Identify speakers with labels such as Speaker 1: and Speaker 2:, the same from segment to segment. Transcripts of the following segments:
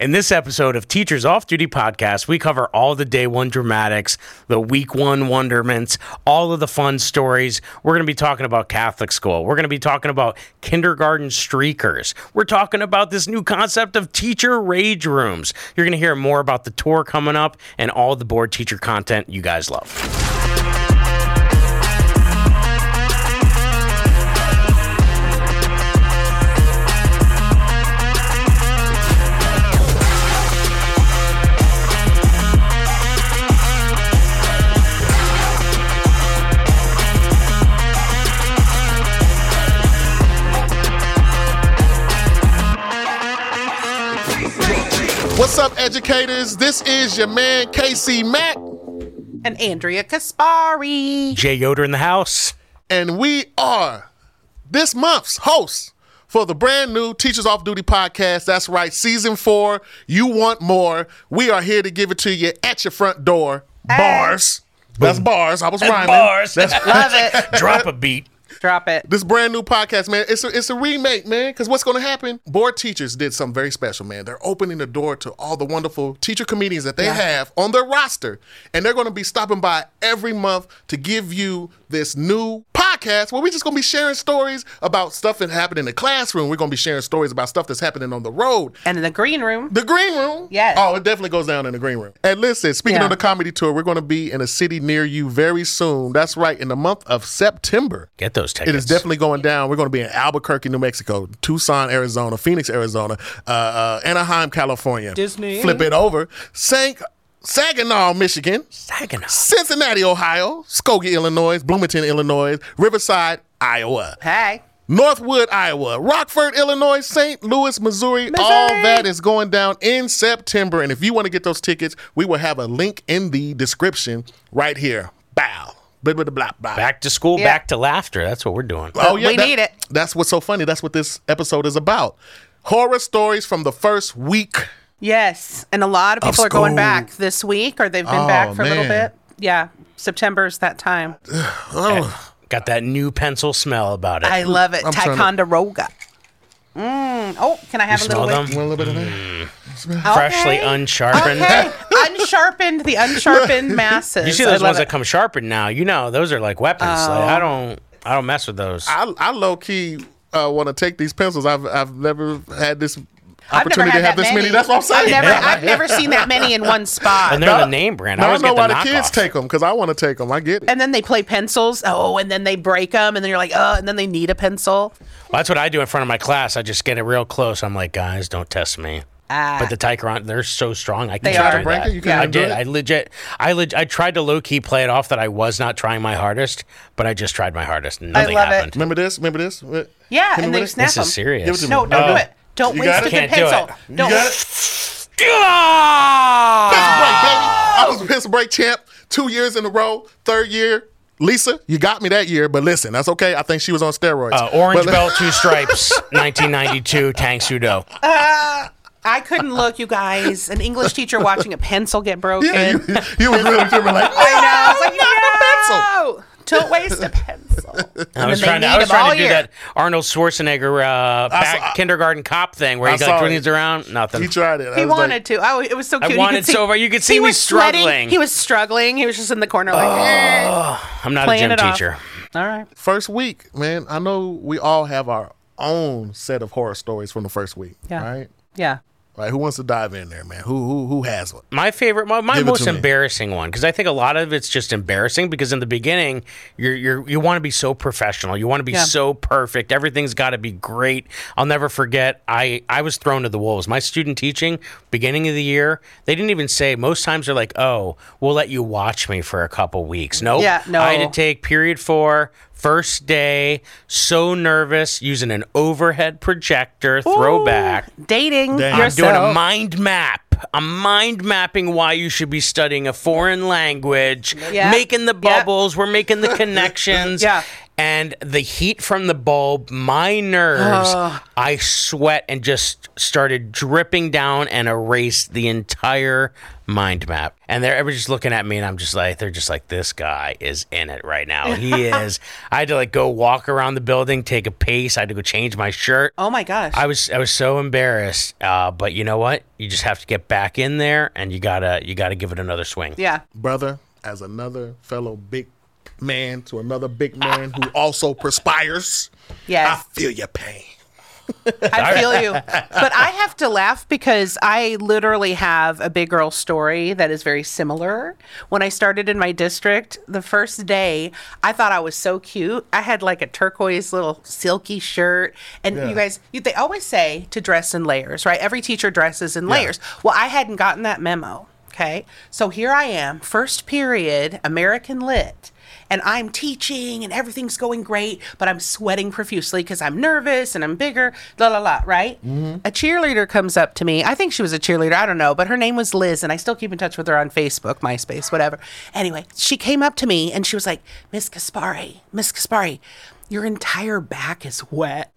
Speaker 1: In this episode of Teachers Off Duty Podcast, we cover all the day one dramatics, the week one wonderments, all of the fun stories. We're going to be talking about Catholic school. We're going to be talking about kindergarten streakers. We're talking about this new concept of teacher rage rooms. You're going to hear more about the tour coming up and all the board teacher content you guys love.
Speaker 2: What's up, educators? This is your man, KC Mack,
Speaker 3: and Andrea Kaspari.
Speaker 1: Jay Yoder in the house.
Speaker 2: and we are this month's hosts for the brand new Teachers Off Duty podcast. That's right, season four. You want more? We are here to give it to you at your front door. Bars. That's bars. I was rhyming.
Speaker 1: Bars.
Speaker 3: Love it.
Speaker 1: Drop a beat.
Speaker 3: Drop it.
Speaker 2: This brand new podcast, man, it's a, it's a remake, man. Because what's going to happen? Board teachers did something very special, man. They're opening the door to all the wonderful teacher comedians that they have on their roster, and they're going to be stopping by every month to give you this new podcast where we're just going to be sharing stories about stuff that happened in the classroom. We're going to be sharing stories about stuff that's happening on the road.
Speaker 3: And in the green room,
Speaker 2: The green room.
Speaker 3: Yes.
Speaker 2: Oh, it definitely goes down in the green room. And listen, speaking
Speaker 3: Yeah.
Speaker 2: of the comedy tour, we're going to be in a city near you very soon. That's right, in the month of September.
Speaker 1: Get those tickets.
Speaker 2: It is definitely going down. We're going to be in Albuquerque, New Mexico, Tucson, Arizona, Phoenix, Arizona, uh, uh, Anaheim, California.
Speaker 3: Disney.
Speaker 2: Flip it over. Sank, Saginaw, Michigan.
Speaker 1: Saginaw.
Speaker 2: Cincinnati, Ohio. Skokie, Illinois. Bloomington, Illinois. Riverside, Iowa.
Speaker 3: hey,
Speaker 2: Northwood, Iowa, Rockford, Illinois, St. Louis, Missouri. All that is going down in September. And if you want to get those tickets, we will have a link in the description right here. Bow. Blah, blah, blah, blah.
Speaker 1: Back to school,
Speaker 3: Yeah.
Speaker 1: back to laughter. That's what we're doing.
Speaker 2: Oh,
Speaker 3: We need it.
Speaker 2: That's what's so funny. That's what this episode is about. Horror stories from the first week.
Speaker 3: yes. And a lot of people are going
Speaker 2: school.
Speaker 3: back this week, or they've been
Speaker 2: Oh,
Speaker 3: back for a little
Speaker 2: man. Uh,
Speaker 3: bit. Yeah, September's that time. Oh.
Speaker 1: Got that new pencil smell about it.
Speaker 3: I love it.
Speaker 2: I'm trying to-
Speaker 3: Ticonderoga. Mm. Oh, can I have a
Speaker 1: smell
Speaker 3: little?
Speaker 1: them?
Speaker 3: bit?
Speaker 2: You want a little bit of
Speaker 3: Mm.
Speaker 2: that?
Speaker 1: Freshly
Speaker 3: Okay.
Speaker 1: unsharpened.
Speaker 3: Okay, unsharpened. The unsharpened masses.
Speaker 1: You see
Speaker 3: I
Speaker 1: those
Speaker 3: love
Speaker 1: ones
Speaker 3: it. Oh.
Speaker 1: that come sharpened now. You know those are like weapons. Like, I don't, I don't mess with those.
Speaker 2: I, I low key uh, want to take these pencils. I've I've never had this
Speaker 3: I've never
Speaker 2: opportunity to
Speaker 3: had
Speaker 2: have
Speaker 3: that
Speaker 2: this many. That's what I'm saying.
Speaker 3: I've never, I've never seen that many in one spot.
Speaker 1: and they're the name brand. I
Speaker 2: Now I
Speaker 1: always
Speaker 2: know
Speaker 1: get the
Speaker 2: why the kids
Speaker 1: knockoff.
Speaker 2: take them because I want to take them. I get it.
Speaker 3: and then they play pencils. Oh, and then they break them, and then you're like, oh, and then they need a pencil.
Speaker 1: Well, that's what I do in front of my class. I just get it real close. I'm like, guys, don't test me.
Speaker 3: Ah.
Speaker 1: But the Ticaron, they're so strong. I can't
Speaker 3: They
Speaker 1: do
Speaker 3: are.
Speaker 1: that.
Speaker 2: Break it? You couldn't
Speaker 1: I
Speaker 2: even do
Speaker 1: did.
Speaker 2: it?
Speaker 1: I legit. I leg, I tried to low key play it off that I was not trying my hardest, but I just tried my hardest. and Nothing
Speaker 3: love it.
Speaker 1: happened.
Speaker 2: Remember this? Remember this? Wait.
Speaker 3: Yeah,
Speaker 2: Give me
Speaker 3: and they
Speaker 2: one.
Speaker 3: snap
Speaker 1: This
Speaker 3: them.
Speaker 1: is serious.
Speaker 2: Give it to me.
Speaker 3: No, don't
Speaker 2: Oh.
Speaker 3: do it. Don't
Speaker 2: You
Speaker 3: waste
Speaker 2: got
Speaker 3: a
Speaker 2: it?
Speaker 3: good
Speaker 1: Can't do
Speaker 3: pencil.
Speaker 1: it.
Speaker 2: You
Speaker 3: Don't.
Speaker 2: got it?
Speaker 1: Ah!
Speaker 2: I was a piss break champ two years in a row. Third year, Lisa, you got me that year, but listen, that's okay. I think she was on steroids.
Speaker 1: Uh, orange
Speaker 2: But-
Speaker 1: belt, two stripes, 1992, Tang Sudo.
Speaker 3: I couldn't look, you guys. An English teacher watching a pencil get broken.
Speaker 2: Yeah, you, you was really tripping like,
Speaker 3: I know. I was like,
Speaker 2: not
Speaker 3: no, don't waste a pencil.
Speaker 1: I was
Speaker 3: they
Speaker 1: trying to, I
Speaker 3: need
Speaker 1: was
Speaker 3: them
Speaker 1: trying
Speaker 3: all
Speaker 1: to do
Speaker 3: year.
Speaker 1: that Arnold Schwarzenegger uh, back
Speaker 2: saw-
Speaker 1: kindergarten cop thing where
Speaker 2: I
Speaker 1: he
Speaker 2: saw
Speaker 1: like
Speaker 2: it.
Speaker 1: twirls around. Nothing.
Speaker 2: He tried it. I
Speaker 3: He
Speaker 2: was
Speaker 3: wanted
Speaker 2: like,
Speaker 3: to. Oh, it was so cute. You could
Speaker 1: wanted
Speaker 3: see-
Speaker 1: so bad. You could see
Speaker 3: he
Speaker 1: me
Speaker 3: was sweating.
Speaker 1: struggling.
Speaker 3: He was struggling. He was just in the corner like,
Speaker 2: Oh.
Speaker 3: eh,
Speaker 1: I'm not a
Speaker 3: playing
Speaker 1: gym
Speaker 3: it off.
Speaker 1: teacher.
Speaker 3: All right.
Speaker 2: First week, man, I know we all have our own set of horror stories from the first week.
Speaker 3: Yeah.
Speaker 2: Right?
Speaker 3: Yeah.
Speaker 2: Right. Who wants to dive in there, man? Who who who has one?
Speaker 1: My favorite, my, my
Speaker 2: Give it
Speaker 1: most
Speaker 2: to me.
Speaker 1: embarrassing one, because I think a lot of it's just embarrassing. Because in the beginning, you're, you're you want to be so professional, you want to be
Speaker 3: Yeah.
Speaker 1: so perfect. Everything's got to be great. I'll never forget. I I was thrown to the wolves. My student teaching beginning of the year, they didn't even say. Most times they're like, "Oh, we'll let you watch me for a couple weeks." Nope.
Speaker 3: Yeah, no.
Speaker 1: I had to take period four. First day, so nervous using an overhead projector throwback.
Speaker 3: Dating
Speaker 2: Damn. I'm
Speaker 1: I'm doing a
Speaker 3: yourself.
Speaker 1: mind map. I'm mind mapping why you should be studying a foreign language,
Speaker 3: Yeah.
Speaker 1: making the
Speaker 3: Yeah.
Speaker 1: bubbles, we're making the connections.
Speaker 3: Yeah.
Speaker 1: and the heat from the bulb, my nerves, I sweat and just started dripping down and erased the entire mind map. And they're everybody's just looking at me, and I'm just like, they're just like, this guy is in it right now. He is. I had to like go walk around the building, take a pace. I had to go change my shirt.
Speaker 3: Oh my gosh.
Speaker 1: I was I was so embarrassed, uh, but you know what? You just have to get back in there, and you gotta you gotta give it another swing.
Speaker 3: yeah.
Speaker 2: brother as another fellow big man to another big man who also perspires. I
Speaker 3: Yes.
Speaker 2: feel your pain.
Speaker 3: I feel you. But I have to laugh because I literally have a big girl story that is very similar. When I started in my district, the first day, I thought I was so cute. I had like a turquoise little silky shirt. And you guys, you, they always say to dress in layers, right? Every teacher dresses in layers. Well, I hadn't gotten that memo. Okay. So here I am, first period, American Lit. And I'm teaching and everything's going great, but I'm sweating profusely because I'm nervous and I'm bigger, la la la, right? A cheerleader comes up to me. I think she was a cheerleader. I don't know, but her name was Liz, and I still keep in touch with her on Facebook, MySpace, whatever. Anyway, she came up to me and she was like, Miss Caspari, Miss Caspari, your entire back is wet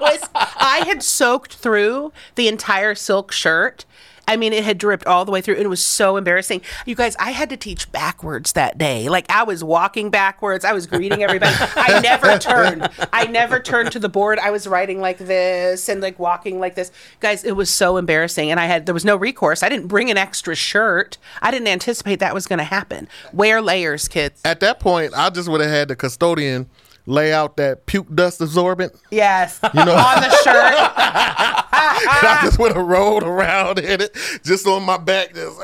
Speaker 3: was I had soaked through the entire silk shirt. I mean, it had dripped all the way through. It was so embarrassing. You guys, I had to teach backwards that day. Like I was walking backwards. I was greeting everybody. I never turned. I never turned to the board. I was writing like this and like walking like this. Guys, it was so embarrassing. And I had there was no recourse. I didn't bring an extra shirt. I didn't anticipate that was going to happen. Wear layers, kids.
Speaker 2: At that point, I just would have had the custodian lay out that puke dust absorbent.
Speaker 3: Yes, on the shirt.
Speaker 2: And
Speaker 3: Ah.
Speaker 2: I just would have rolled around in it, just on my back. Just,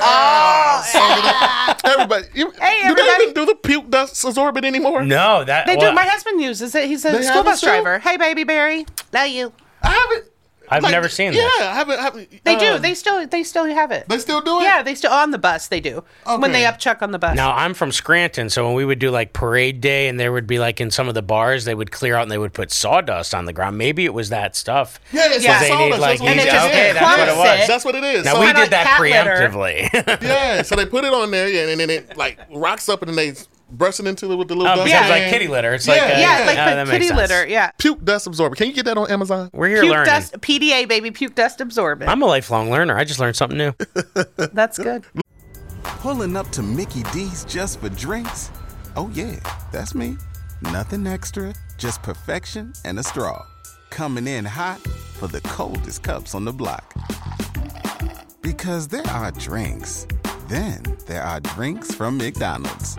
Speaker 2: ah, soaking it up. everybody, you, do
Speaker 3: Oh. everybody.
Speaker 2: they even do the puke dust absorbent anymore?
Speaker 1: No, that
Speaker 3: They
Speaker 1: well,
Speaker 3: do. My husband uses it. He's a
Speaker 2: They
Speaker 3: school
Speaker 2: have it
Speaker 3: bus
Speaker 2: still?
Speaker 3: driver. Hey, baby Barry. Love you.
Speaker 2: I haven't.
Speaker 1: I've never seen
Speaker 2: yeah,
Speaker 1: that.
Speaker 2: I haven't. haven't
Speaker 3: They do.
Speaker 2: um,
Speaker 3: They still. They still have it.
Speaker 2: they still do it.
Speaker 3: yeah, they still on the bus. They do when they
Speaker 2: Okay.
Speaker 3: upchuck on the bus.
Speaker 1: Now I'm from Scranton, so when we would do like parade day, and there would be like in some of the bars, they would clear out and they would put sawdust on the ground. Maybe it was that stuff.
Speaker 2: Yeah, it's
Speaker 3: Yeah.
Speaker 2: like
Speaker 3: They
Speaker 2: sawdust.
Speaker 1: need,
Speaker 2: That's
Speaker 1: like,
Speaker 2: what
Speaker 3: And
Speaker 2: it
Speaker 3: it
Speaker 2: is.
Speaker 3: just-
Speaker 2: Yeah,
Speaker 3: it
Speaker 2: that's what it
Speaker 3: clumps
Speaker 2: was.
Speaker 3: it.
Speaker 2: That's what it is.
Speaker 1: Now
Speaker 2: So-
Speaker 1: we
Speaker 3: Kinda
Speaker 1: did
Speaker 3: like
Speaker 1: that
Speaker 3: cat litter.
Speaker 1: preemptively.
Speaker 2: Yeah, so they put it on there, yeah, and then it like rocks up, and then they brush it into it with the little
Speaker 1: Oh,
Speaker 2: dust.
Speaker 1: because it's
Speaker 2: pan.
Speaker 1: like kitty litter. It's like
Speaker 2: Yeah,
Speaker 1: uh,
Speaker 3: yeah, it's like
Speaker 1: uh,
Speaker 3: the
Speaker 1: that makes
Speaker 3: kitty
Speaker 1: sense.
Speaker 3: litter. Yeah,
Speaker 2: Puke dust absorber. Can you get that on Amazon?
Speaker 1: We're here
Speaker 3: puke
Speaker 1: learning.
Speaker 3: dust. PDA baby, puke dust absorbent.
Speaker 1: I'm a lifelong learner. I just learned something new.
Speaker 3: That's good.
Speaker 4: Pulling up to Mickey D's just for drinks? Oh, yeah, that's me. Nothing extra, just perfection and a straw. Coming in hot for the coldest cups on the block. Because there are drinks, then there are drinks from McDonald's.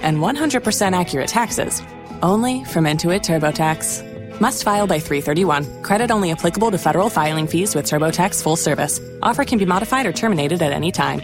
Speaker 5: and 100% accurate taxes only from Intuit TurboTax. Must file by 331. Credit only applicable to federal filing fees with TurboTax full service. Offer can be modified or terminated at any time.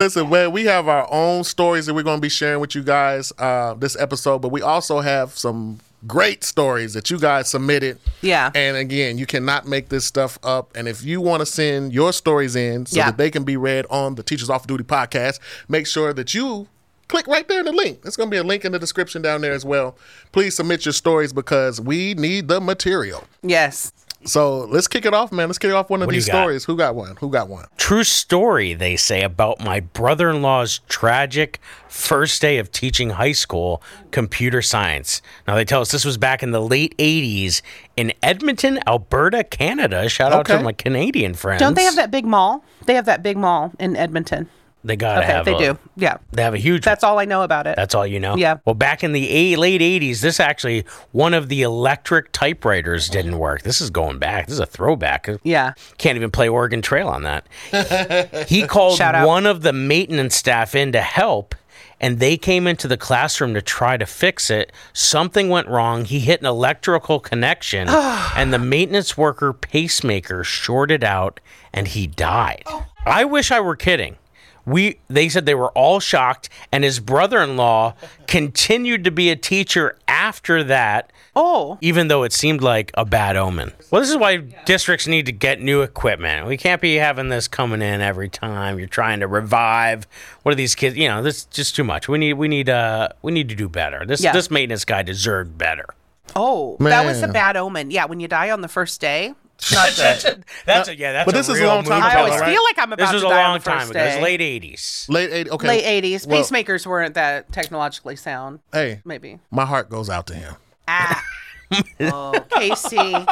Speaker 2: Listen, man, we have our own stories that we're going to be sharing with you guys uh, this episode, but we also have some great stories that you guys submitted.
Speaker 3: Yeah.
Speaker 2: And again, you cannot make this stuff up. And if you want to send your stories in so
Speaker 3: Yeah.
Speaker 2: that they can be read on the Teachers Off Duty podcast, make sure that you click right there in the link. There's going to be a link in the description down there as well. Please submit your stories because we need the material.
Speaker 3: Yes.
Speaker 2: So let's kick it off, man. Let's kick off one of
Speaker 1: What do
Speaker 2: these
Speaker 1: you got?
Speaker 2: stories. Who got one? Who got one?
Speaker 1: True story, they say, about my brother in law's tragic first day of teaching high school computer science. Now, they tell us this was back in the late 80s in Edmonton, Alberta, Canada. Shout out
Speaker 2: Okay.
Speaker 1: to my Canadian friends.
Speaker 3: Don't they have that big mall? They have that big mall in Edmonton.
Speaker 1: They got to
Speaker 3: Okay,
Speaker 1: have
Speaker 3: they
Speaker 1: a-
Speaker 3: do. Yeah.
Speaker 1: They have a huge
Speaker 3: That's all I know about it.
Speaker 1: That's all you know?
Speaker 3: Yeah.
Speaker 1: Well, back in the eight, late 80s, this actually, one of the electric typewriters didn't work. This is going back. This is a throwback.
Speaker 3: yeah.
Speaker 1: Can't even play Oregon Trail on that. he called
Speaker 3: Shout out.
Speaker 1: one of the maintenance staff in to help, and they came into the classroom to try to fix it. Something went wrong. He hit an electrical connection, and the maintenance worker pacemaker shorted out, and he died. I wish I were kidding. We they said they were all shocked, and his brother-in-law continued to be a teacher after that.
Speaker 3: Oh.
Speaker 1: even though it seemed like a bad omen. Well, this is why districts need to get new equipment. We can't be having this coming in every time. You're trying to revive. What are these kids? You know, this is just too much. We need we need uh we need to do better. This
Speaker 3: Yeah.
Speaker 1: this maintenance guy deserved better.
Speaker 3: Oh, that was a
Speaker 2: Man.
Speaker 3: bad omen. Yeah, when you die on the first day.
Speaker 1: That's a, yeah. That's
Speaker 2: Uh, But
Speaker 1: a
Speaker 2: this is a
Speaker 1: real
Speaker 2: long time
Speaker 1: movie
Speaker 2: ago,
Speaker 3: I always
Speaker 1: killer.
Speaker 2: right?
Speaker 3: feel like I'm about
Speaker 1: This was
Speaker 3: to
Speaker 1: a
Speaker 3: die
Speaker 1: long
Speaker 3: on the first
Speaker 1: time ago. It was
Speaker 3: day.
Speaker 1: late '80s.
Speaker 2: Late 80s. Okay.
Speaker 3: Late 80s.
Speaker 2: Well,
Speaker 3: Pacemakers weren't that technologically sound.
Speaker 2: Hey,
Speaker 3: Maybe.
Speaker 2: my heart goes out to him.
Speaker 3: Ah. oh, Casey.
Speaker 2: Late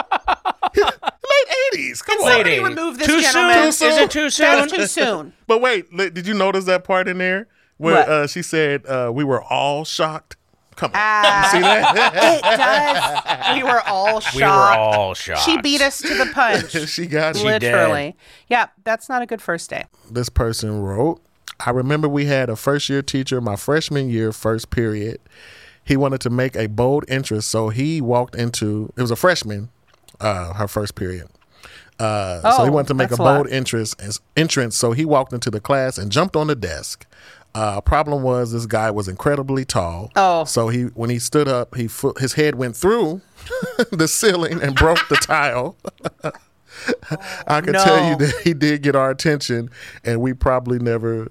Speaker 2: 80s. Come on.
Speaker 1: Late
Speaker 3: Somebody
Speaker 1: 80s.
Speaker 3: remove this
Speaker 1: too
Speaker 3: gentleman.
Speaker 1: soon? Is it too soon?
Speaker 3: That was too soon.
Speaker 2: But wait, li- did you notice that part in there where
Speaker 3: What?
Speaker 2: Uh, she said uh, we were all shocked? Come on,
Speaker 3: Ah.
Speaker 2: you see that?
Speaker 3: It does. We were all shocked.
Speaker 1: We were all shocked.
Speaker 3: She beat us to the punch.
Speaker 2: she got it.
Speaker 1: did.
Speaker 3: literally. Yeah, that's not a good first day.
Speaker 2: This person wrote, "I remember we had a first year teacher my freshman year first period. He wanted to make a bold entrance, so he walked into it was a freshman, uh, her first period." Uh, so he
Speaker 3: Oh,
Speaker 2: wanted to make a
Speaker 3: that's a lot.
Speaker 2: bold entrance, entrance. So he walked into the class and jumped on the desk. Uh, problem was this guy was incredibly tall.
Speaker 3: Oh.
Speaker 2: so he when he stood up, he fo- his head went through the ceiling and broke the tile. I can tell you
Speaker 3: No.
Speaker 2: that he did get our attention, and we probably never,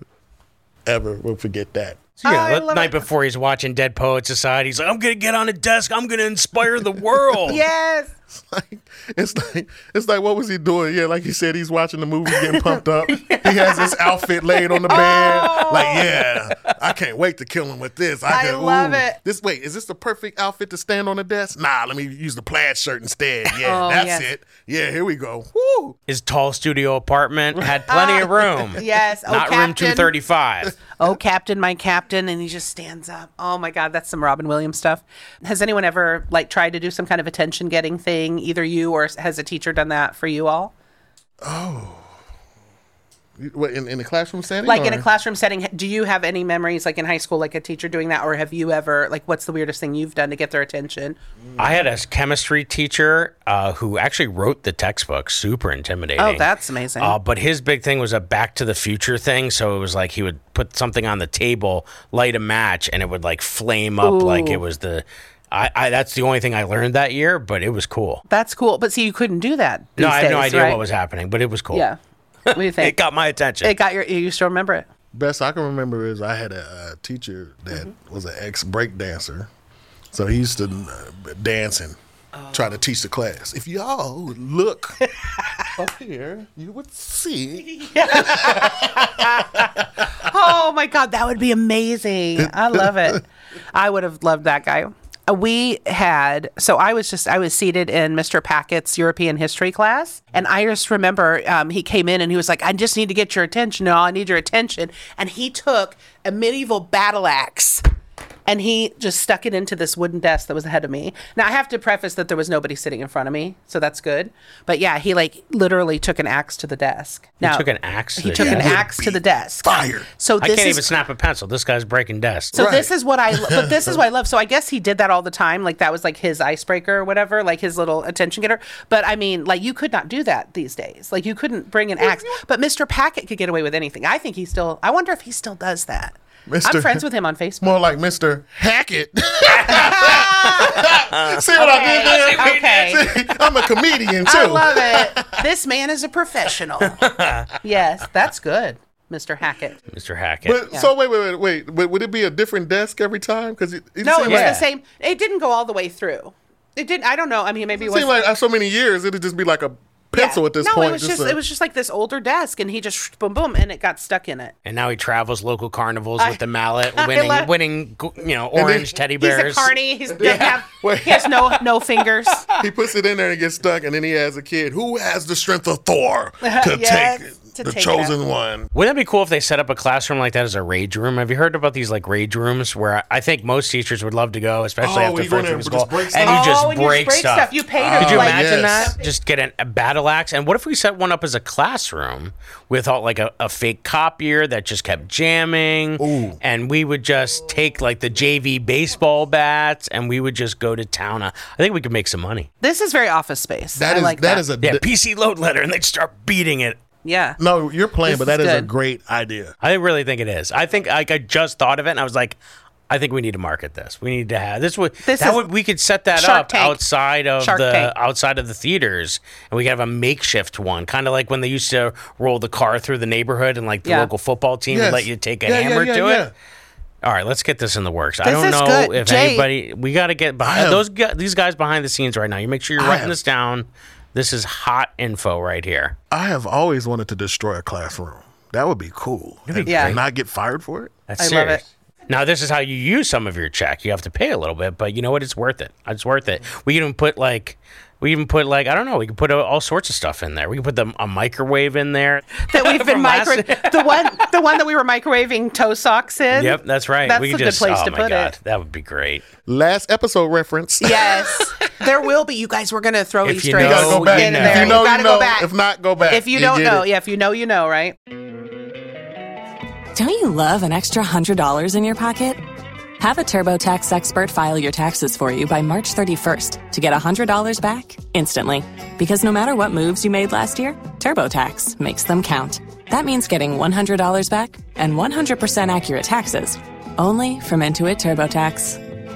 Speaker 2: ever will forget that.
Speaker 1: So, you know,
Speaker 3: I
Speaker 1: the
Speaker 3: love
Speaker 1: night
Speaker 3: it.
Speaker 1: before he's watching Dead Poet Society, he's like, "I'm gonna get on a desk. I'm gonna inspire the world."
Speaker 3: Yes.
Speaker 2: Like it's like it's like what was he doing? Yeah, like he said, he's watching the movie, getting pumped up. He has his outfit laid on the bed. Like yeah, I can't wait to kill him with this. I,
Speaker 3: Oh. I
Speaker 2: can-
Speaker 3: love it.
Speaker 2: This wait, is this the perfect outfit to stand on the desk? Nah, let me use the plaid shirt instead. Yeah,
Speaker 3: Oh,
Speaker 2: that's
Speaker 3: yes.
Speaker 2: it. Yeah, here we go. Woo!
Speaker 1: His tall studio apartment had plenty of room.
Speaker 3: Yes. Oh,
Speaker 1: Not room
Speaker 3: Captain.
Speaker 1: 235.
Speaker 3: Oh, Captain, my Captain. And he just stands up. Oh, my God. That's some Robin Williams stuff. Has anyone ever, like, tried to do some kind of attention getting thing? Either you or has a teacher done that for you all?
Speaker 2: You- What in, in the classroom setting?
Speaker 3: Like in
Speaker 2: or-
Speaker 3: a classroom setting, do you have any memories, like in high school, like a teacher doing that? Or have you ever, like, what's the weirdest thing you've done to get their attention?
Speaker 1: I had a chemistry teacher uh, who actually wrote the textbook. Super intimidating.
Speaker 3: Oh, that's amazing.
Speaker 1: Uh, but his big thing was a Back to the Future thing. So it was like he would put something on the table, light a match, and it would like flame up like it was the. I, I that's the only thing I learned that year, but it was cool.
Speaker 3: That's cool. But see, you couldn't do that.
Speaker 1: No,
Speaker 3: these
Speaker 1: I had no
Speaker 3: days,
Speaker 1: idea
Speaker 3: right?
Speaker 1: what was happening, but it was cool.
Speaker 3: Yeah. What do you think?
Speaker 1: It got my attention.
Speaker 3: It got your. You still remember it?
Speaker 2: best I can remember is I had a uh, teacher that
Speaker 3: Mm-hmm.
Speaker 2: was an ex break dancer, so he used to uh, dance and
Speaker 3: Oh.
Speaker 2: try to teach the class. If y'all would look up here, you would see.
Speaker 3: Oh my god, that would be amazing. I love it. I would have loved that guy. Uh, We had so I was just I was seated in Mr. Packet's European history class, and I just remember um, he came in and he was like, "I just need to get your attention. No, I need your attention." And he took a medieval battle axe and he just stuck it into this wooden desk that was ahead of me. Now I have to preface that there was nobody sitting in front of me, so that's good. But yeah, he like literally took an axe to the desk. Now
Speaker 1: took an axe to
Speaker 3: He
Speaker 1: the
Speaker 3: took an
Speaker 1: desk?
Speaker 3: axe to the desk.
Speaker 2: Fire.
Speaker 3: So
Speaker 1: I
Speaker 3: this
Speaker 1: can't
Speaker 3: is
Speaker 1: even snap a pencil. This guy's breaking desks.
Speaker 3: so
Speaker 2: Right.
Speaker 3: this is what I lo- but this is what I love. So I guess he did that all the time. Like that was like his icebreaker or whatever, like his little attention getter. But I mean, like you could not do that these days. Like you couldn't bring an axe.
Speaker 1: Mm-hmm.
Speaker 3: But Mr. Packet could get away with anything. I think he still I wonder if he still does that. I'm
Speaker 2: Mr.
Speaker 3: friends with him on Facebook.
Speaker 2: More like Mister Hackett. see what I did
Speaker 3: okay.
Speaker 2: there? See, I'm a comedian too.
Speaker 3: I love it. This man is a professional. yes, that's good, Mr. Hackett.
Speaker 1: Mr. Hackett.
Speaker 2: But so wait, wait, wait, wait. But would it be a different desk every time? Because it, it
Speaker 3: No, it
Speaker 2: seemed
Speaker 3: was
Speaker 2: like,
Speaker 3: the same. It didn't go all the way through. It didn't. I don't know. I mean, maybe it,
Speaker 2: It
Speaker 3: was
Speaker 2: seemed like after so many years, it'd just be like a pencil
Speaker 3: Yeah.
Speaker 2: at this
Speaker 3: no,
Speaker 2: point.
Speaker 3: it was just
Speaker 2: a-
Speaker 3: it was just like this older desk, and he just boom boom, and it got stuck in it.
Speaker 1: and now he travels local carnivals
Speaker 3: I-
Speaker 1: with the mallet,
Speaker 3: I
Speaker 1: winning,
Speaker 3: love-
Speaker 1: winning, you know, orange teddy bears.
Speaker 3: He's a carny. He's doesn't have, he has no no fingers.
Speaker 2: he puts it in there and gets stuck, and then he has a kid who has the strength of Thor to
Speaker 3: Yes,
Speaker 2: take
Speaker 3: to
Speaker 2: the
Speaker 3: take it
Speaker 2: chosen one.
Speaker 1: Wouldn't it be cool if they set up a classroom like that as a rage room? Have you heard about these like rage rooms where I- I think most teachers would love to go, especially
Speaker 2: Oh,
Speaker 1: after
Speaker 2: you go in
Speaker 1: first
Speaker 2: there
Speaker 1: week of school,
Speaker 2: and just break
Speaker 1: and
Speaker 2: stuff.
Speaker 1: you just
Speaker 3: oh, and you
Speaker 1: break
Speaker 3: just break stuff.
Speaker 1: stuff.
Speaker 3: You pay to
Speaker 1: Could you
Speaker 3: like,
Speaker 1: imagine
Speaker 2: yes.
Speaker 1: that? Just get an, a battle axe, and what if we set one up as a classroom with all, like a, a fake copier that just kept jamming, and we would just take like the JV baseball bats, and we would just go to town. I think we could make some money.
Speaker 3: This is very office space.
Speaker 2: That
Speaker 3: I
Speaker 2: is
Speaker 3: like
Speaker 2: that is a
Speaker 1: Yeah,
Speaker 2: di-
Speaker 1: PC load letter, and they'd start beating it
Speaker 3: Yeah.
Speaker 2: No, you're playing,
Speaker 3: This
Speaker 2: but that
Speaker 3: is
Speaker 2: is, a
Speaker 3: good.
Speaker 2: great idea.
Speaker 1: I really think it is. I think like I just thought of it, and I was like, I think we need to market this. We need to have this would
Speaker 3: This
Speaker 1: that
Speaker 3: is
Speaker 1: would we could set that
Speaker 3: Shark
Speaker 1: up
Speaker 3: Tank.
Speaker 1: outside of
Speaker 3: Shark
Speaker 1: the
Speaker 3: Tank.
Speaker 1: outside of the theaters, and we could have a makeshift one, kind of like when they used to roll the car through the neighborhood, and like the
Speaker 3: Yeah.
Speaker 1: local football team
Speaker 2: Yes.
Speaker 1: would let you take a
Speaker 2: Yeah, yeah,
Speaker 1: hammer
Speaker 2: yeah,
Speaker 1: to
Speaker 2: yeah.
Speaker 1: it. All right, let's get this in the works. I
Speaker 3: This
Speaker 1: don't
Speaker 3: is
Speaker 1: know
Speaker 3: good.
Speaker 1: if
Speaker 3: Jay-
Speaker 1: anybody. We got to get behind
Speaker 2: am-
Speaker 1: those gu- these guys behind the scenes right now. You make sure you're
Speaker 2: I
Speaker 1: writing
Speaker 2: am-
Speaker 1: this down. This is hot info right here.
Speaker 2: I have always wanted to destroy a classroom. That would be cool. And
Speaker 3: Yeah.
Speaker 2: and not get fired for it.
Speaker 1: That's
Speaker 3: I love
Speaker 1: serious. Now this is how you use some of your check. You have to pay a little bit, but you know what? It's worth it. It's worth it. We even put like, we even put like, I don't know. We can put uh, all sorts of stuff in there. We can put the, a microwave in there
Speaker 3: That we've been
Speaker 1: From last-
Speaker 3: micro the one the one that we were microwaving toe socks in.
Speaker 1: Yep, that's right.
Speaker 3: That's
Speaker 1: we
Speaker 3: a
Speaker 1: can
Speaker 3: good
Speaker 1: just,
Speaker 3: place
Speaker 1: oh
Speaker 3: to
Speaker 1: my
Speaker 3: put
Speaker 1: God,
Speaker 3: it.
Speaker 1: That would be great.
Speaker 2: Last episode reference.
Speaker 3: Yes. there will be. You guys were gonna throw
Speaker 1: If you
Speaker 3: Easter
Speaker 1: know,
Speaker 2: You
Speaker 3: eggs.
Speaker 2: gotta go
Speaker 1: Oh,
Speaker 2: back.
Speaker 1: you
Speaker 3: in
Speaker 1: know.
Speaker 3: there.
Speaker 2: If you
Speaker 1: You
Speaker 2: know, you,
Speaker 3: gotta
Speaker 2: know.
Speaker 3: go back.
Speaker 2: If not, go back.
Speaker 3: If you don't
Speaker 2: get
Speaker 3: know,
Speaker 2: it.
Speaker 3: yeah, if you know, you know, right?
Speaker 5: Don't you love an extra $100 in your pocket? Have a TurboTax expert file your taxes for you by March 31st to get $100 back instantly. Because no matter what moves you made last year, TurboTax makes them count. That means getting $100 back and 100% accurate taxes only from Intuit TurboTax.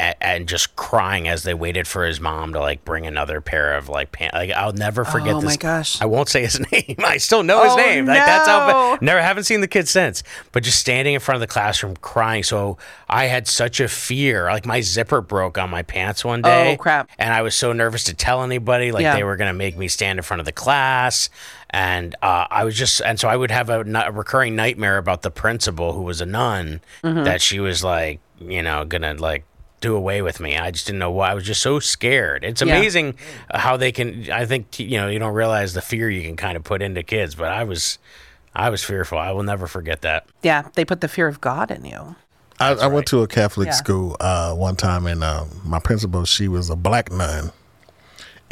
Speaker 1: and, and just crying as they waited for his mom to like bring another pair of like pants. Like I'll never forget
Speaker 3: Oh,
Speaker 1: this.
Speaker 3: my gosh.
Speaker 1: I won't say his name. I still know his
Speaker 3: Oh,
Speaker 1: name. Like that's how
Speaker 3: no.
Speaker 1: never haven't seen the kid since. But just standing in front of the classroom crying. So I had such a fear. Like my zipper broke on my pants one day.
Speaker 3: Oh, crap.
Speaker 1: And I was so nervous to tell anybody. Like
Speaker 3: Yeah.
Speaker 1: they were going to make me stand in front of the class. And uh, I was just, and so I would have a, n- a recurring nightmare about the principal who was a nun that she was like, you know, going to like do away with me. I just didn't know why. I was just so scared. It's
Speaker 3: Yeah.
Speaker 1: amazing how they can, I think, t- you know, you don't realize the fear you can kind of put into kids, but I was. I was fearful. I will never forget that.
Speaker 3: Yeah, they put the fear of God in you.
Speaker 2: I, I went to a Catholic
Speaker 3: Yeah.
Speaker 2: school uh, one time, and uh, my principal, she was a black nun,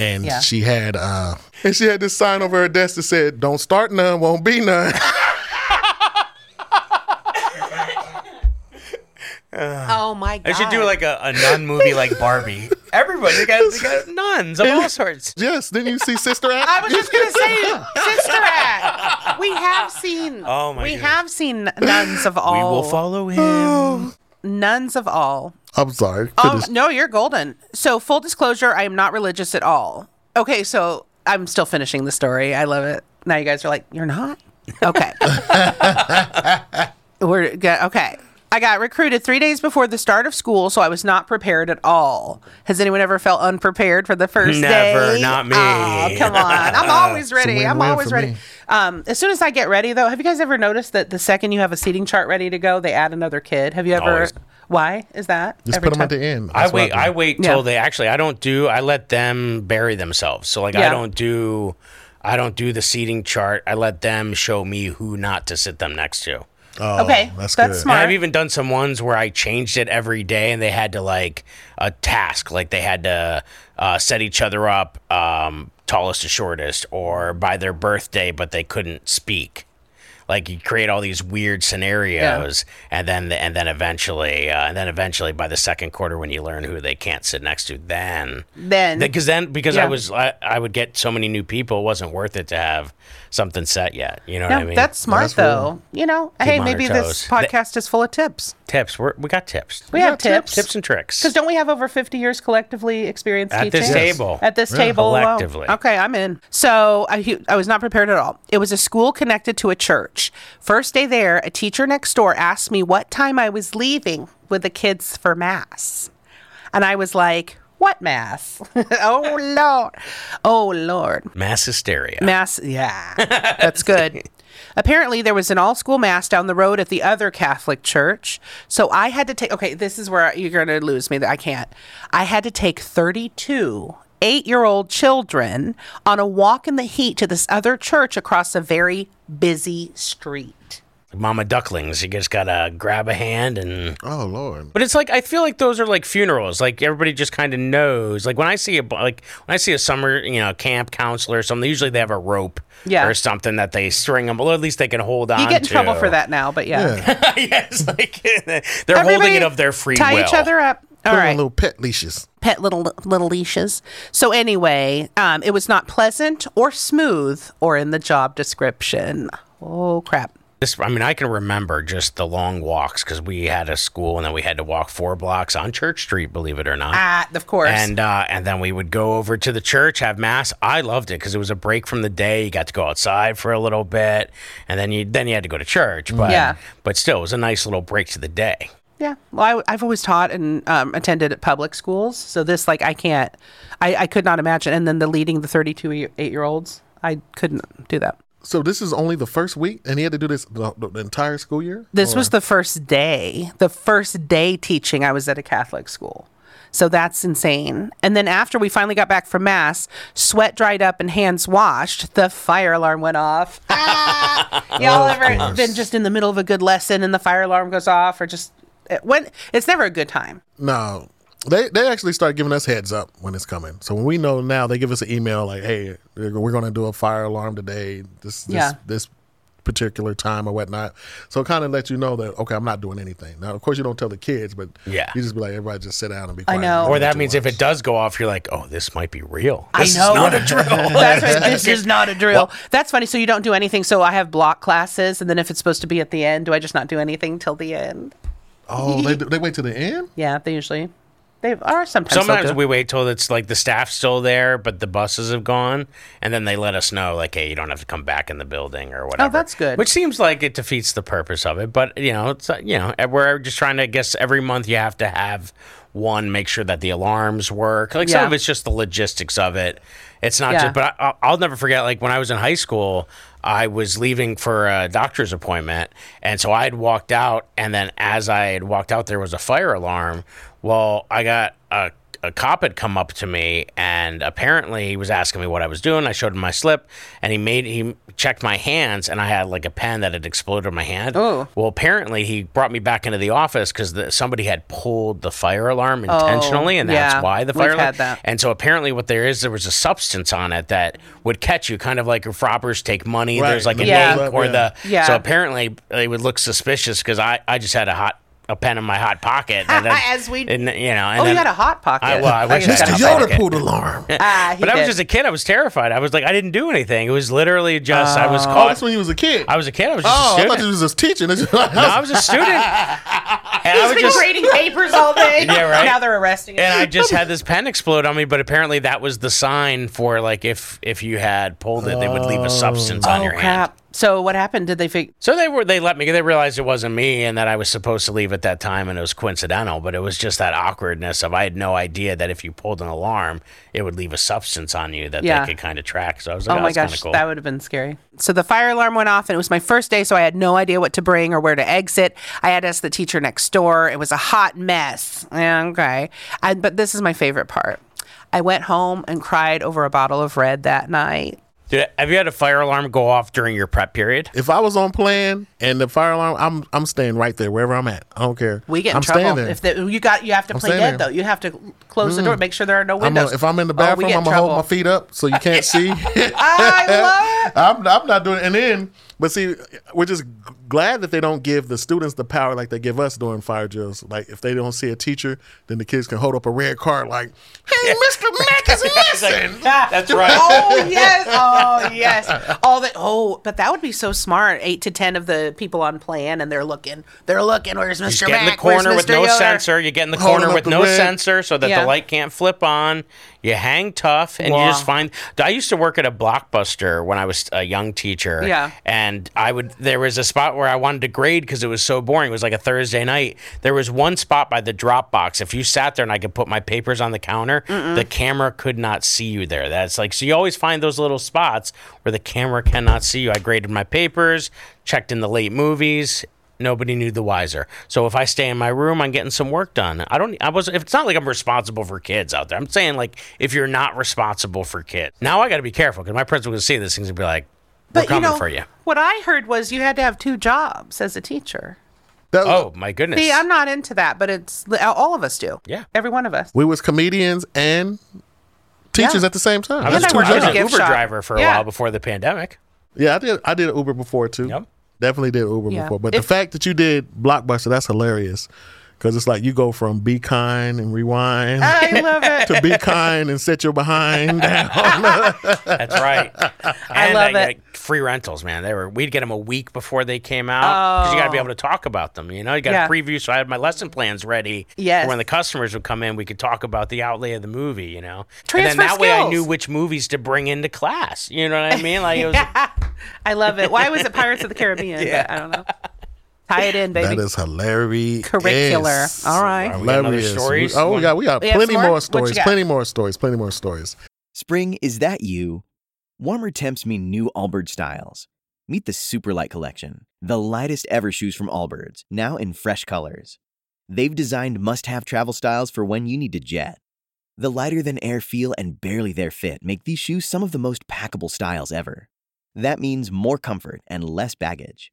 Speaker 2: and
Speaker 3: Yeah.
Speaker 2: she had uh, and she had this sign over her desk that said, "Don't start none, won't be none."
Speaker 3: Oh my god.
Speaker 1: I should do like a, a nun movie like Barbie. Everybody, they got, they got nuns of all sorts.
Speaker 2: yes, didn't you see Sister Act?
Speaker 3: I was just gonna say Sister Act. We have seen
Speaker 1: Oh, my
Speaker 3: We
Speaker 1: goodness.
Speaker 3: have seen nuns of all
Speaker 1: We will follow him.
Speaker 3: nuns of all.
Speaker 2: I'm sorry.
Speaker 3: Um,
Speaker 2: Goodness.
Speaker 3: no, you're golden. So, full disclosure, I am not religious at all. Okay, so I'm still finishing the story. I love it. Now you guys are like, you're not? Okay. We're good. Okay. I got recruited three days before the start of school, so I was not prepared at all. Has anyone ever felt unprepared for the first day?
Speaker 1: Never, not me.
Speaker 3: Aw, come on. I'm always ready. I'm
Speaker 2: win-win
Speaker 3: always
Speaker 2: for
Speaker 3: ready.
Speaker 2: me.
Speaker 3: Um, as soon as I get ready, though, have you guys ever noticed that the second you have a seating chart ready to go, they add another kid? Have you ever?
Speaker 1: Always.
Speaker 3: Why is that?
Speaker 2: just
Speaker 3: Every
Speaker 2: put them
Speaker 3: time?
Speaker 2: at the end.
Speaker 1: I
Speaker 2: That's what
Speaker 1: wait.
Speaker 2: do.
Speaker 1: I wait
Speaker 3: Yeah.
Speaker 1: till they actually. I don't do. I let them bury themselves. So like I
Speaker 3: Yeah.
Speaker 1: don't do. I don't do the seating chart. I let them show me who not to sit them next to.
Speaker 2: Oh,
Speaker 3: okay,
Speaker 2: that's,
Speaker 3: that's
Speaker 2: good.
Speaker 1: And
Speaker 3: smart.
Speaker 1: I've even done some ones where I changed it every day, and they had to like a task, like they had to uh, set each other up, um, tallest to shortest, or by their birthday, but they couldn't speak. like you create all these weird scenarios, and then and then eventually, uh, and then eventually, by the second quarter, when you learn who they can't sit next to, then
Speaker 3: Then-
Speaker 1: because then because I
Speaker 3: Yeah.
Speaker 1: was I, I would get so many new people, it wasn't worth it to have something set yet. You know
Speaker 3: No,
Speaker 1: what I mean?
Speaker 3: that's smart
Speaker 2: cool.
Speaker 3: though. You know, hey,
Speaker 1: on
Speaker 3: maybe
Speaker 1: our
Speaker 3: this
Speaker 1: toes.
Speaker 3: podcast is full of tips.
Speaker 1: tips. We're, we got tips.
Speaker 3: We, have tips.
Speaker 1: tips and tricks.
Speaker 3: Because don't we have over 50 years collectively experienced
Speaker 1: At
Speaker 3: teaching?
Speaker 1: this Yes. table.
Speaker 3: At this table. alone.
Speaker 1: Collectively.
Speaker 3: Okay, I'm in. So I, hu- I was not prepared at all. It was a school connected to a church. First day there, a teacher next door asked me what time I was leaving with the kids for mass. And I was like, what mass? oh, Lord. Oh, Lord.
Speaker 1: Mass hysteria.
Speaker 3: Mass, yeah, that's good. Apparently, there was an all school mass down the road at the other Catholic church. So I had to take, okay, this is where you're going to lose me. I can't. I had to take 32 eight year old children on a walk in the heat to this other church across a very busy street.
Speaker 1: Mama ducklings. You just gotta grab a hand and.
Speaker 2: Oh Lord.
Speaker 1: But it's like I feel like those are like funerals. Like everybody just kind of knows. Like when I see a bu- like when I see a summer you know camp counselor or something, usually they have a rope
Speaker 3: Yeah.
Speaker 1: or something that they string them. Well, at least they can hold on.
Speaker 3: You get in
Speaker 1: to.
Speaker 3: trouble for that now, but yeah.
Speaker 1: yes, like they're holding it
Speaker 3: Everybody
Speaker 1: of their free
Speaker 3: tie
Speaker 1: will.
Speaker 3: each other up. All
Speaker 2: Put
Speaker 3: right.
Speaker 2: on little pet leashes.
Speaker 3: pet little little leashes. So anyway, um, it was not pleasant or smooth or in the job description. Oh crap.
Speaker 1: This, I mean, I can remember just the long walks because we had a school and then we had to walk four blocks on Church Street, believe it or not.
Speaker 3: Ah, of course.
Speaker 1: And uh, and then we would go over to the church, have mass. I loved it because it was a break from the day. You got to go outside for a little bit, and then you then you had to go to church. But
Speaker 3: Mm. Yeah.
Speaker 1: but still, it was a nice little break to the day.
Speaker 3: yeah. Well, I, I've always taught and um, attended at public schools, so this like I can't, I, I could not imagine. And then the leading the thirty-two eight year olds, I couldn't do that.
Speaker 2: So this is only the first week, and he had to do this the, the entire school year.
Speaker 3: This was the first day, the first day teaching I was at a Catholic school. So that's insane. And then after we finally got back from Mass, sweat dried up and hands washed, the fire alarm went off. Ah! Y'all ever been just in the middle of a good lesson and the fire alarm goes off or just. It went, it's never a good time.
Speaker 2: No, they they actually start giving us heads up when it's coming. So when we know now, they give us an email like, "Hey, we're going to do a fire alarm today. This this
Speaker 3: Yeah.
Speaker 2: this particular time or whatnot." So it kind of lets you know that okay, I'm not doing anything. Now, of course, you don't tell the kids, but
Speaker 1: Yeah.
Speaker 2: you just be like, "Everybody, just sit down and be
Speaker 3: I
Speaker 2: quiet."
Speaker 3: know.
Speaker 2: Don't
Speaker 1: Or
Speaker 2: do
Speaker 1: that
Speaker 2: too
Speaker 1: means if
Speaker 2: much.
Speaker 1: it does go off, you're like, oh, this might be real.
Speaker 3: I
Speaker 1: This is
Speaker 3: know.
Speaker 1: not a drill.
Speaker 3: That's right. This is not a drill. That's funny. So you don't do anything. So I have block classes. And then if it's supposed to be at the end, do I just not do anything till the end?
Speaker 2: oh, they do- they wait till the end.
Speaker 3: Yeah, they usually. They are sometimes. they'll
Speaker 1: Sometimes
Speaker 3: do-
Speaker 1: we wait till it's like the staff's still there, but the buses have gone, and then they let us know like, hey, you don't have to come back in the building or whatever.
Speaker 3: that's good.
Speaker 1: Which seems like it defeats the purpose of it, but you know, it's uh, you know, we're just trying to I guess every month you have to have one make sure that the alarms work. Like some
Speaker 3: Yeah.
Speaker 1: of it's just the logistics of it. It's not
Speaker 3: Yeah.
Speaker 1: just, but I, I'll never forget like when I was in high school. I was leaving for a doctor's appointment, and so I had walked out, and then as I had walked out, there was a fire alarm. Well, I got a a cop had come up to me and apparently he was asking me what I was doing. I showed him my slip and he made he checked my hands and I had like a pen that had exploded in my hand. Oh. Well, apparently he brought me back into the office cuz somebody had pulled the fire alarm intentionally and that's
Speaker 3: Oh, yeah.
Speaker 1: why the
Speaker 3: We've
Speaker 1: fire alarm.
Speaker 3: had that.
Speaker 1: And so apparently what there is there was a substance on it that would catch you kind of like if robbers take money
Speaker 2: Right.
Speaker 1: there's like an
Speaker 3: Yeah.
Speaker 1: ink or
Speaker 2: Yeah.
Speaker 1: the
Speaker 3: Yeah.
Speaker 1: so apparently they would look suspicious cuz I I just had a hot a pen in my hot pocket and then-
Speaker 3: As we-
Speaker 1: and, you know and
Speaker 3: Oh, you
Speaker 1: then-
Speaker 3: had a hot pocket.
Speaker 1: I, well, I wish I
Speaker 3: guess
Speaker 1: had
Speaker 2: Mr.
Speaker 1: a
Speaker 3: that's
Speaker 1: hot
Speaker 2: Yoder
Speaker 1: pocket.
Speaker 2: pulled alarm.
Speaker 3: Ah, he
Speaker 1: But I was
Speaker 3: did.
Speaker 1: just a kid. I was terrified. I was like, I didn't do anything. It was literally just I was
Speaker 2: Oh, that's
Speaker 1: caught.
Speaker 2: when you was a kid.
Speaker 1: I was a kid. I was just
Speaker 2: oh,
Speaker 1: a
Speaker 2: I thought
Speaker 1: student.
Speaker 2: you was just teaching. It's just like-
Speaker 1: no, I was a student. and I
Speaker 3: He's
Speaker 1: was
Speaker 3: been
Speaker 1: just.
Speaker 3: grading papers all day.
Speaker 1: Yeah, right.
Speaker 3: Now they're arresting him.
Speaker 1: And I just had this pen explode on me, but apparently that was the sign for like if if you had pulled it, they would leave a substance on
Speaker 3: oh,
Speaker 1: your hand.
Speaker 3: crap. So what happened? Did they fig-
Speaker 1: So they were they let me. They realized it wasn't me, and that I was supposed to leave at that time, and it was coincidental. But it was just that awkwardness of I had no idea that if you pulled an alarm, it would leave a substance on you that
Speaker 3: Yeah.
Speaker 1: they could kind of track. So I was like,
Speaker 3: Oh
Speaker 1: oh,
Speaker 3: my
Speaker 1: that's kind of
Speaker 3: gosh,
Speaker 1: cool.
Speaker 3: that would have been scary. So the fire alarm went off, and it was my first day, so I had no idea what to bring or where to exit. I had to ask the teacher next door. It was a hot mess. Yeah, okay. And but this is my favorite part. I went home and cried over a bottle of red that night.
Speaker 1: Dude, have you had a fire alarm go off during your prep period?
Speaker 2: If I was on plan and the fire alarm, I'm I'm staying right there wherever I'm at. I don't care.
Speaker 3: We get in
Speaker 2: I'm staying
Speaker 3: trouble
Speaker 2: there.
Speaker 3: if the, you got you have to play
Speaker 2: staying
Speaker 3: dead
Speaker 2: there.
Speaker 3: though. You have to close the door, make sure there are no
Speaker 2: I'm a,
Speaker 3: windows.
Speaker 2: if I'm in the
Speaker 3: Oh, we
Speaker 2: bathroom,
Speaker 3: get in
Speaker 2: I'm gonna hold
Speaker 3: trouble.
Speaker 2: my feet up so you can't see.
Speaker 3: I love
Speaker 2: I'm I'm not doing. And then But see, we're just g- glad that they don't give the students the power like they give us during fire drills. Like if they don't see a teacher, then the kids can hold up a red card like, "Hey, Mr. Mack is missing."
Speaker 1: That's right.
Speaker 3: Oh yes, oh yes. All that. Oh, but that would be so smart. Eight to ten of the people on plan, and they're looking. They're looking. Where's Mr.
Speaker 1: You get in the
Speaker 3: Mack? Where's
Speaker 1: corner with
Speaker 3: Mr.
Speaker 1: no
Speaker 3: Yoder?"
Speaker 1: sensor. You get in the
Speaker 2: Holding
Speaker 1: corner
Speaker 2: up
Speaker 1: with
Speaker 2: the
Speaker 1: no
Speaker 2: red.
Speaker 1: sensor so that
Speaker 3: Yeah.
Speaker 1: the light can't flip on. You hang tough and you just find. I used to work at a blockbuster when I was a young teacher.
Speaker 3: Yeah.
Speaker 1: And I would, there was a spot where I wanted to grade because it was so boring. It was like a Thursday night. There was one spot by the drop box. If you sat there and I could put my papers on the counter, the camera could not see you there. That's like, so you always find those little spots where the camera cannot see you. I graded my papers, checked in the late movies. Nobody knew the wiser. So if I stay in my room, I'm getting some work done. I don't. I was. If it's not like I'm responsible for kids out there, I'm saying like if you're not responsible for kids, now I got to be careful because my principal to see this thing's gonna be like, "We're coming for you."
Speaker 3: What I heard was you had to have two jobs as a teacher.
Speaker 2: That-
Speaker 1: Oh my goodness!
Speaker 3: See, I'm not into that, but it's all of us do.
Speaker 1: Yeah.
Speaker 3: every one of us.
Speaker 2: we was comedians and teachers
Speaker 3: Yeah.
Speaker 2: at the same time.
Speaker 1: I
Speaker 3: And
Speaker 1: was,
Speaker 3: I
Speaker 1: a-
Speaker 3: worked
Speaker 1: I was
Speaker 3: at a
Speaker 1: an
Speaker 3: gift
Speaker 1: Uber
Speaker 3: shop.
Speaker 1: driver for a
Speaker 3: Yeah.
Speaker 1: while before the pandemic.
Speaker 2: Yeah, I did. I did Uber before too.
Speaker 1: Yep.
Speaker 2: Definitely did Uber
Speaker 3: Yeah.
Speaker 2: before. But
Speaker 3: If-
Speaker 2: the fact that you did Blockbuster, that's hilarious. Because it's like you go from be kind and rewind
Speaker 3: I love it.
Speaker 2: to be kind and set your behind down.
Speaker 1: That's right. And I
Speaker 3: love it.
Speaker 1: got free rentals, man. They were. We'd get them a week before they came out because you got to be able to talk about them. You know, you got
Speaker 3: Yeah.
Speaker 1: a preview, so I had my lesson plans ready.
Speaker 3: Yes.
Speaker 1: When the customers would come in, we could talk about the outlay of the movie. You know, and
Speaker 3: Transfer
Speaker 1: then that way I
Speaker 3: skills.
Speaker 1: knew which movies to bring into class. You know what I mean? Like it was.
Speaker 3: I love it. Why was it Pirates of the Caribbean? yeah. I don't know. Tie it in,
Speaker 2: that
Speaker 3: baby.
Speaker 2: is hilarious.
Speaker 3: Curricular. All right.
Speaker 1: we got another
Speaker 2: Hilarious.
Speaker 1: stories?
Speaker 2: Oh, we got we got
Speaker 3: We have
Speaker 2: plenty
Speaker 3: some more?
Speaker 2: more
Speaker 3: What you
Speaker 2: stories.
Speaker 3: got?
Speaker 2: Plenty more stories. Plenty more stories.
Speaker 6: Spring, is that you? Warmer temps mean new Allbirds styles. Meet the Superlight Collection, the lightest ever shoes from Allbirds, now in fresh colors. They've designed must have travel styles for when you need to jet. The lighter than air feel and barely there fit make these shoes some of the most packable styles ever. That means more comfort and less baggage.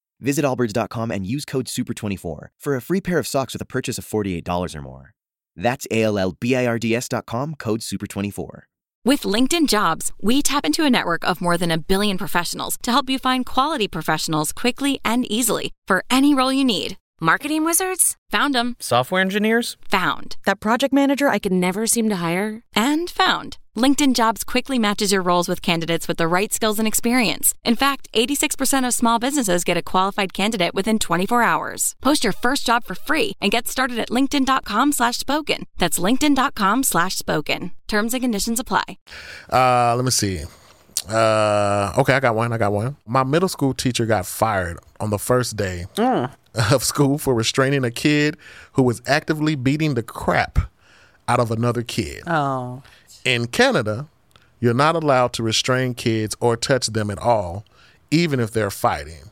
Speaker 6: Visit allbirds.com and use code SUPER24 for a free pair of socks with a purchase of $48 or more. That's A L L B I R D S.com, code SUPER24.
Speaker 5: With LinkedIn Jobs, we tap into a network of more than a billion professionals to help you find quality professionals quickly and easily for any role you need. Marketing wizards? Found them.
Speaker 1: Software engineers?
Speaker 5: Found. That project manager I could never seem to hire? And found. LinkedIn Jobs quickly matches your roles with candidates with the right skills and experience. In fact, 86% of small businesses get a qualified candidate within 24 hours. Post your first job for free and get started at linkedin.com slash spoken. That's linkedin.com slash spoken. Terms and conditions apply.
Speaker 2: Uh, let me see. Uh, okay, I got one. I got one. My middle school teacher got fired on the first day
Speaker 3: Mm.
Speaker 2: of school for restraining a kid who was actively beating the crap out of another kid.
Speaker 3: Oh,
Speaker 2: In Canada, you're not allowed to restrain kids or touch them at all, even if they're fighting.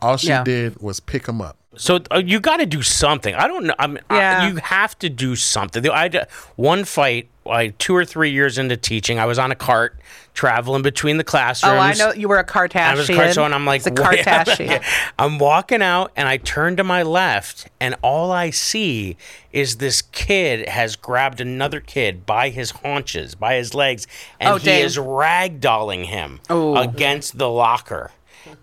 Speaker 2: All she
Speaker 3: Yeah.
Speaker 2: did was pick them up.
Speaker 1: So uh, you got to do something. I don't know. I mean, I-
Speaker 3: Yeah.
Speaker 1: you have to do something. I d- one fight, like two or three years into teaching, I was on a cart traveling between the classrooms.
Speaker 3: oh! I know you were a Kardashian.
Speaker 1: I was a Kardashian, and I'm like,
Speaker 3: it's a
Speaker 1: what?
Speaker 3: Kardashian.
Speaker 1: I'm walking out, and I turn to my left, and all I see is this kid has grabbed another kid by his haunches, by his legs, and
Speaker 3: Oh,
Speaker 1: he
Speaker 3: dang.
Speaker 1: is ragdolling him against the locker.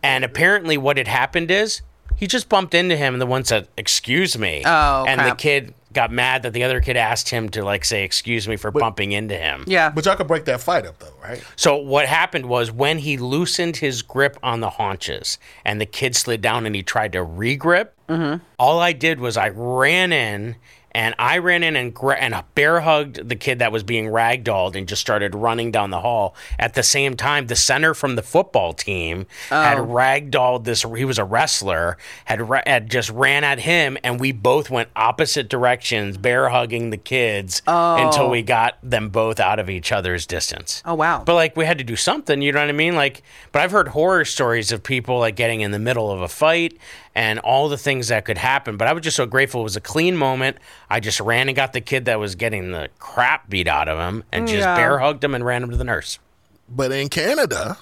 Speaker 1: And apparently, what had happened is he just bumped into him, and the one said, "Excuse me,"
Speaker 3: Oh,
Speaker 1: and the
Speaker 3: crap.
Speaker 1: kid got mad that the other kid asked him to like say, "Excuse me" for bumping into him.
Speaker 3: Yeah.
Speaker 2: But y'all could break that fight up, though, right?
Speaker 1: So what happened was when he loosened his grip on the haunches and the kid slid down and he tried to regrip, all I did was I ran in And I ran in and, gra- and bear hugged the kid that was being ragdolled and just started running down the hall. At the same time, the center from the football team had ragdolled this. He was a wrestler, had, ra- had just ran at him, and we both went opposite directions, bear hugging the kids until we got them both out of each other's distance.
Speaker 3: Oh, wow.
Speaker 1: But like we had to do something, you know what I mean? Like, but I've heard horror stories of people like getting in the middle of a fight and all the things that could happen. But I was just so grateful it was a clean moment. I just ran and got the kid that was getting the crap beat out of him and just
Speaker 3: Yeah.
Speaker 1: bear hugged him and ran him to the nurse.
Speaker 2: But in Canada,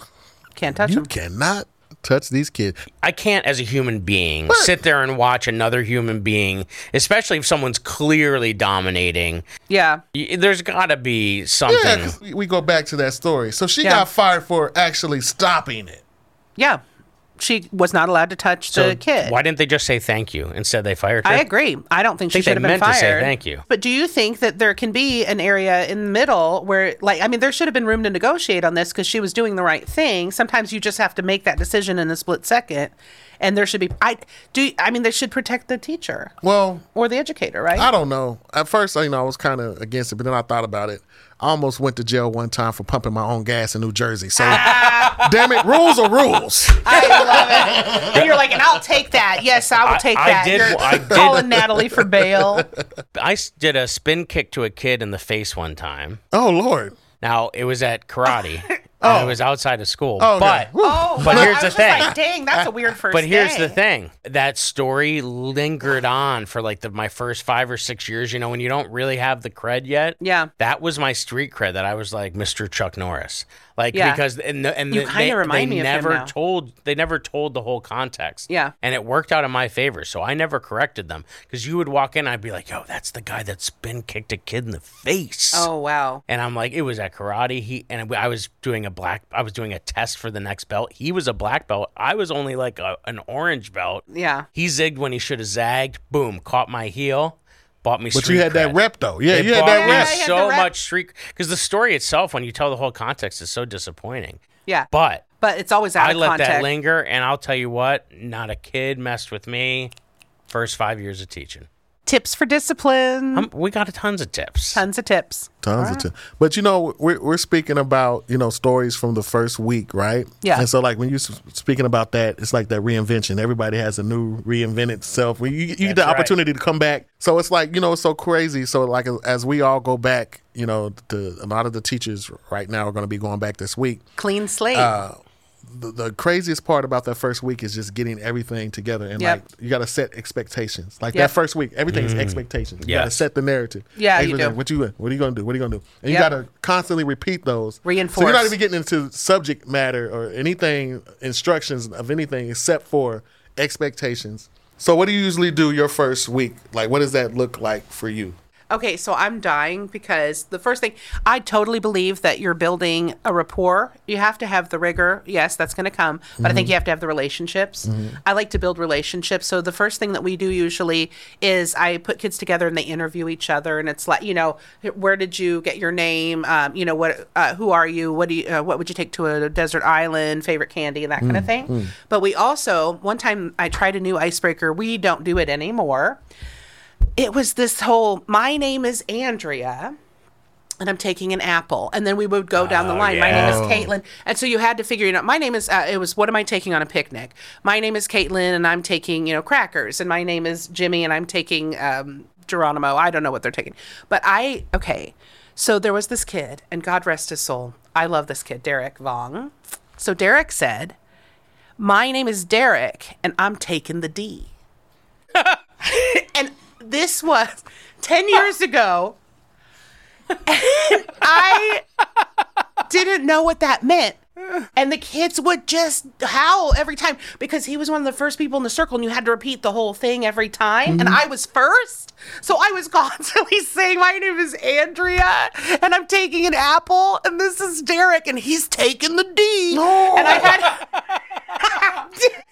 Speaker 3: Can't touch
Speaker 2: you
Speaker 3: them.
Speaker 2: cannot touch these kids.
Speaker 1: I can't, as a human being, sit there and watch another human being, especially if someone's clearly dominating.
Speaker 3: Yeah.
Speaker 1: Y- There's got to be
Speaker 2: Yeah,
Speaker 1: something.
Speaker 2: 'cause we- we go back to that story. So she
Speaker 3: Yeah.
Speaker 2: got fired for actually stopping it.
Speaker 3: Yeah. She was not allowed to touch
Speaker 1: So
Speaker 3: the kid.
Speaker 1: Why didn't they just say thank you instead? They fired her.
Speaker 3: I agree. I don't think she
Speaker 1: Think they
Speaker 3: should have been
Speaker 1: meant to say
Speaker 3: fired.
Speaker 1: thank you.
Speaker 3: But do you think that there can be an area in the middle where, like, I mean, there should have been room to negotiate on this because she was doing the right thing. Sometimes you just have to make that decision in a split second, and there should be. I do. I mean, they should protect the teacher
Speaker 2: Well,
Speaker 3: or the educator, right?
Speaker 2: I don't know. At first, you know, I was kind of against it, but then I thought about it. I almost went to jail one time for pumping my own gas in New Jersey. So, damn it, rules are rules.
Speaker 3: I love it. And you're like, and I'll take that. Yes, I will
Speaker 1: I-
Speaker 3: take
Speaker 1: I
Speaker 3: that.
Speaker 1: did-
Speaker 3: You're
Speaker 1: I did-
Speaker 3: calling Natalie for bail.
Speaker 1: I s- did a spin kick to a kid in the face one time.
Speaker 2: Oh Lord.
Speaker 1: Now it was at karate. oh, it was outside of school.
Speaker 2: Oh,
Speaker 1: but
Speaker 2: no. Woo.
Speaker 3: Oh,
Speaker 1: But
Speaker 3: wow.
Speaker 1: here's
Speaker 3: I
Speaker 1: the
Speaker 3: was just
Speaker 1: thing.
Speaker 3: Like, Dang, that's a weird first.
Speaker 1: but here's the
Speaker 3: day.
Speaker 1: thing. That story lingered on for like the, my first five or six years. You know, when you don't really have the cred yet.
Speaker 3: Yeah.
Speaker 1: That was my street cred. That I was like Mr. Chuck Norris. Like
Speaker 3: Yeah.
Speaker 1: because and the, and
Speaker 3: You
Speaker 1: the-
Speaker 3: kinda
Speaker 1: they,
Speaker 3: remind
Speaker 1: they
Speaker 3: me of him
Speaker 1: never
Speaker 3: now.
Speaker 1: told they never told the whole context.
Speaker 3: Yeah.
Speaker 1: And it worked out in my favor, so I never corrected them because you would walk in, I'd be like, "Yo, that's the guy that's been kicked a kid in the face."
Speaker 3: Oh wow.
Speaker 1: And I'm like, it was at karate. He and I was doing a black. I was doing a test for the next belt. He was a black belt. I was only like a, an orange belt.
Speaker 3: Yeah.
Speaker 1: He zigged when he should have zagged. Boom, caught my heel, bought me.
Speaker 2: But
Speaker 1: street
Speaker 2: you had that
Speaker 1: cred.
Speaker 2: rep though. Yeah,
Speaker 1: It
Speaker 2: you had
Speaker 1: bought
Speaker 2: that
Speaker 1: me
Speaker 2: rep.
Speaker 3: Yeah, he had
Speaker 1: so
Speaker 3: the rep.
Speaker 1: much street because the story itself, when you tell the whole context, is so disappointing.
Speaker 3: Yeah. But,
Speaker 1: But
Speaker 3: it's always out
Speaker 1: I
Speaker 3: of
Speaker 1: let
Speaker 3: context.
Speaker 1: that linger, and I'll tell you what: not a kid messed with me. First five years of teaching,
Speaker 3: Tips for discipline.
Speaker 1: Um, we got tons of tips.
Speaker 3: Tons of tips.
Speaker 2: Tons of tips. But you know, we're, we're speaking about, you know, stories from the first week, right?
Speaker 3: Yeah.
Speaker 2: And so, like, when you're s- speaking about that, it's like that reinvention. Everybody has a new reinvented self. When you, you get the
Speaker 1: That's right.
Speaker 2: opportunity to come back. So it's like, you know, it's so crazy. So, like, as- as we all go back, you know, to, a lot of the teachers right now are going to be going back this week.
Speaker 3: Clean slate.
Speaker 2: the, the craziest part about that first week is just getting everything together and
Speaker 3: Yep.
Speaker 2: like you got to set expectations. Like
Speaker 3: Yep.
Speaker 2: that first week, everything's expectations. You got to
Speaker 1: Yes.
Speaker 2: set the narrative.
Speaker 3: Yeah, you
Speaker 2: Everything.
Speaker 3: do.
Speaker 2: What you what are you gonna do? What are you gonna do? And
Speaker 3: Yep.
Speaker 2: you got to constantly repeat those. So
Speaker 3: Reinforce.
Speaker 2: you're not even getting into subject matter or anything instructions of anything except for expectations. So what do you usually do your first week? Like what does that look like for you?
Speaker 3: okay, so I'm dying because the first thing I totally believe that you're building a rapport. You have to have the rigor. Yes, that's going to come, but I think you have to have the relationships. I like to build relationships. So the first thing that we do usually is I put kids together and they interview each other, and it's like you know, where did you get your name? Um, you know, what? Uh, who are you? What do you? Uh, what would you take to a desert island? Favorite candy and that kind of thing. But we also one time I tried a new icebreaker. We don't do it anymore it was this whole my name is Andrea and I'm taking an apple. And then we would go down the line. My name is Caitlin. And so you had to figure it out. My name is, uh, it was, what am I taking on a picnic? My name is Caitlin and I'm taking, you know, crackers. And my name is Jimmy and I'm taking um, Geronimo. I don't know what they're taking. But I, okay. So there was this kid, and God rest his soul. I love this kid, Derek Vong. So Derek said, My name is Derek and I'm taking the D. and this was 10 years ago. I didn't know what that meant. And the kids would just howl every time because he was one of the first people in the circle and you had to repeat the whole thing every time. And
Speaker 2: Mm-hmm.
Speaker 3: I was first. So I was constantly saying, My name is Andrea and I'm taking an apple and this is Derek and he's taking the D. And I had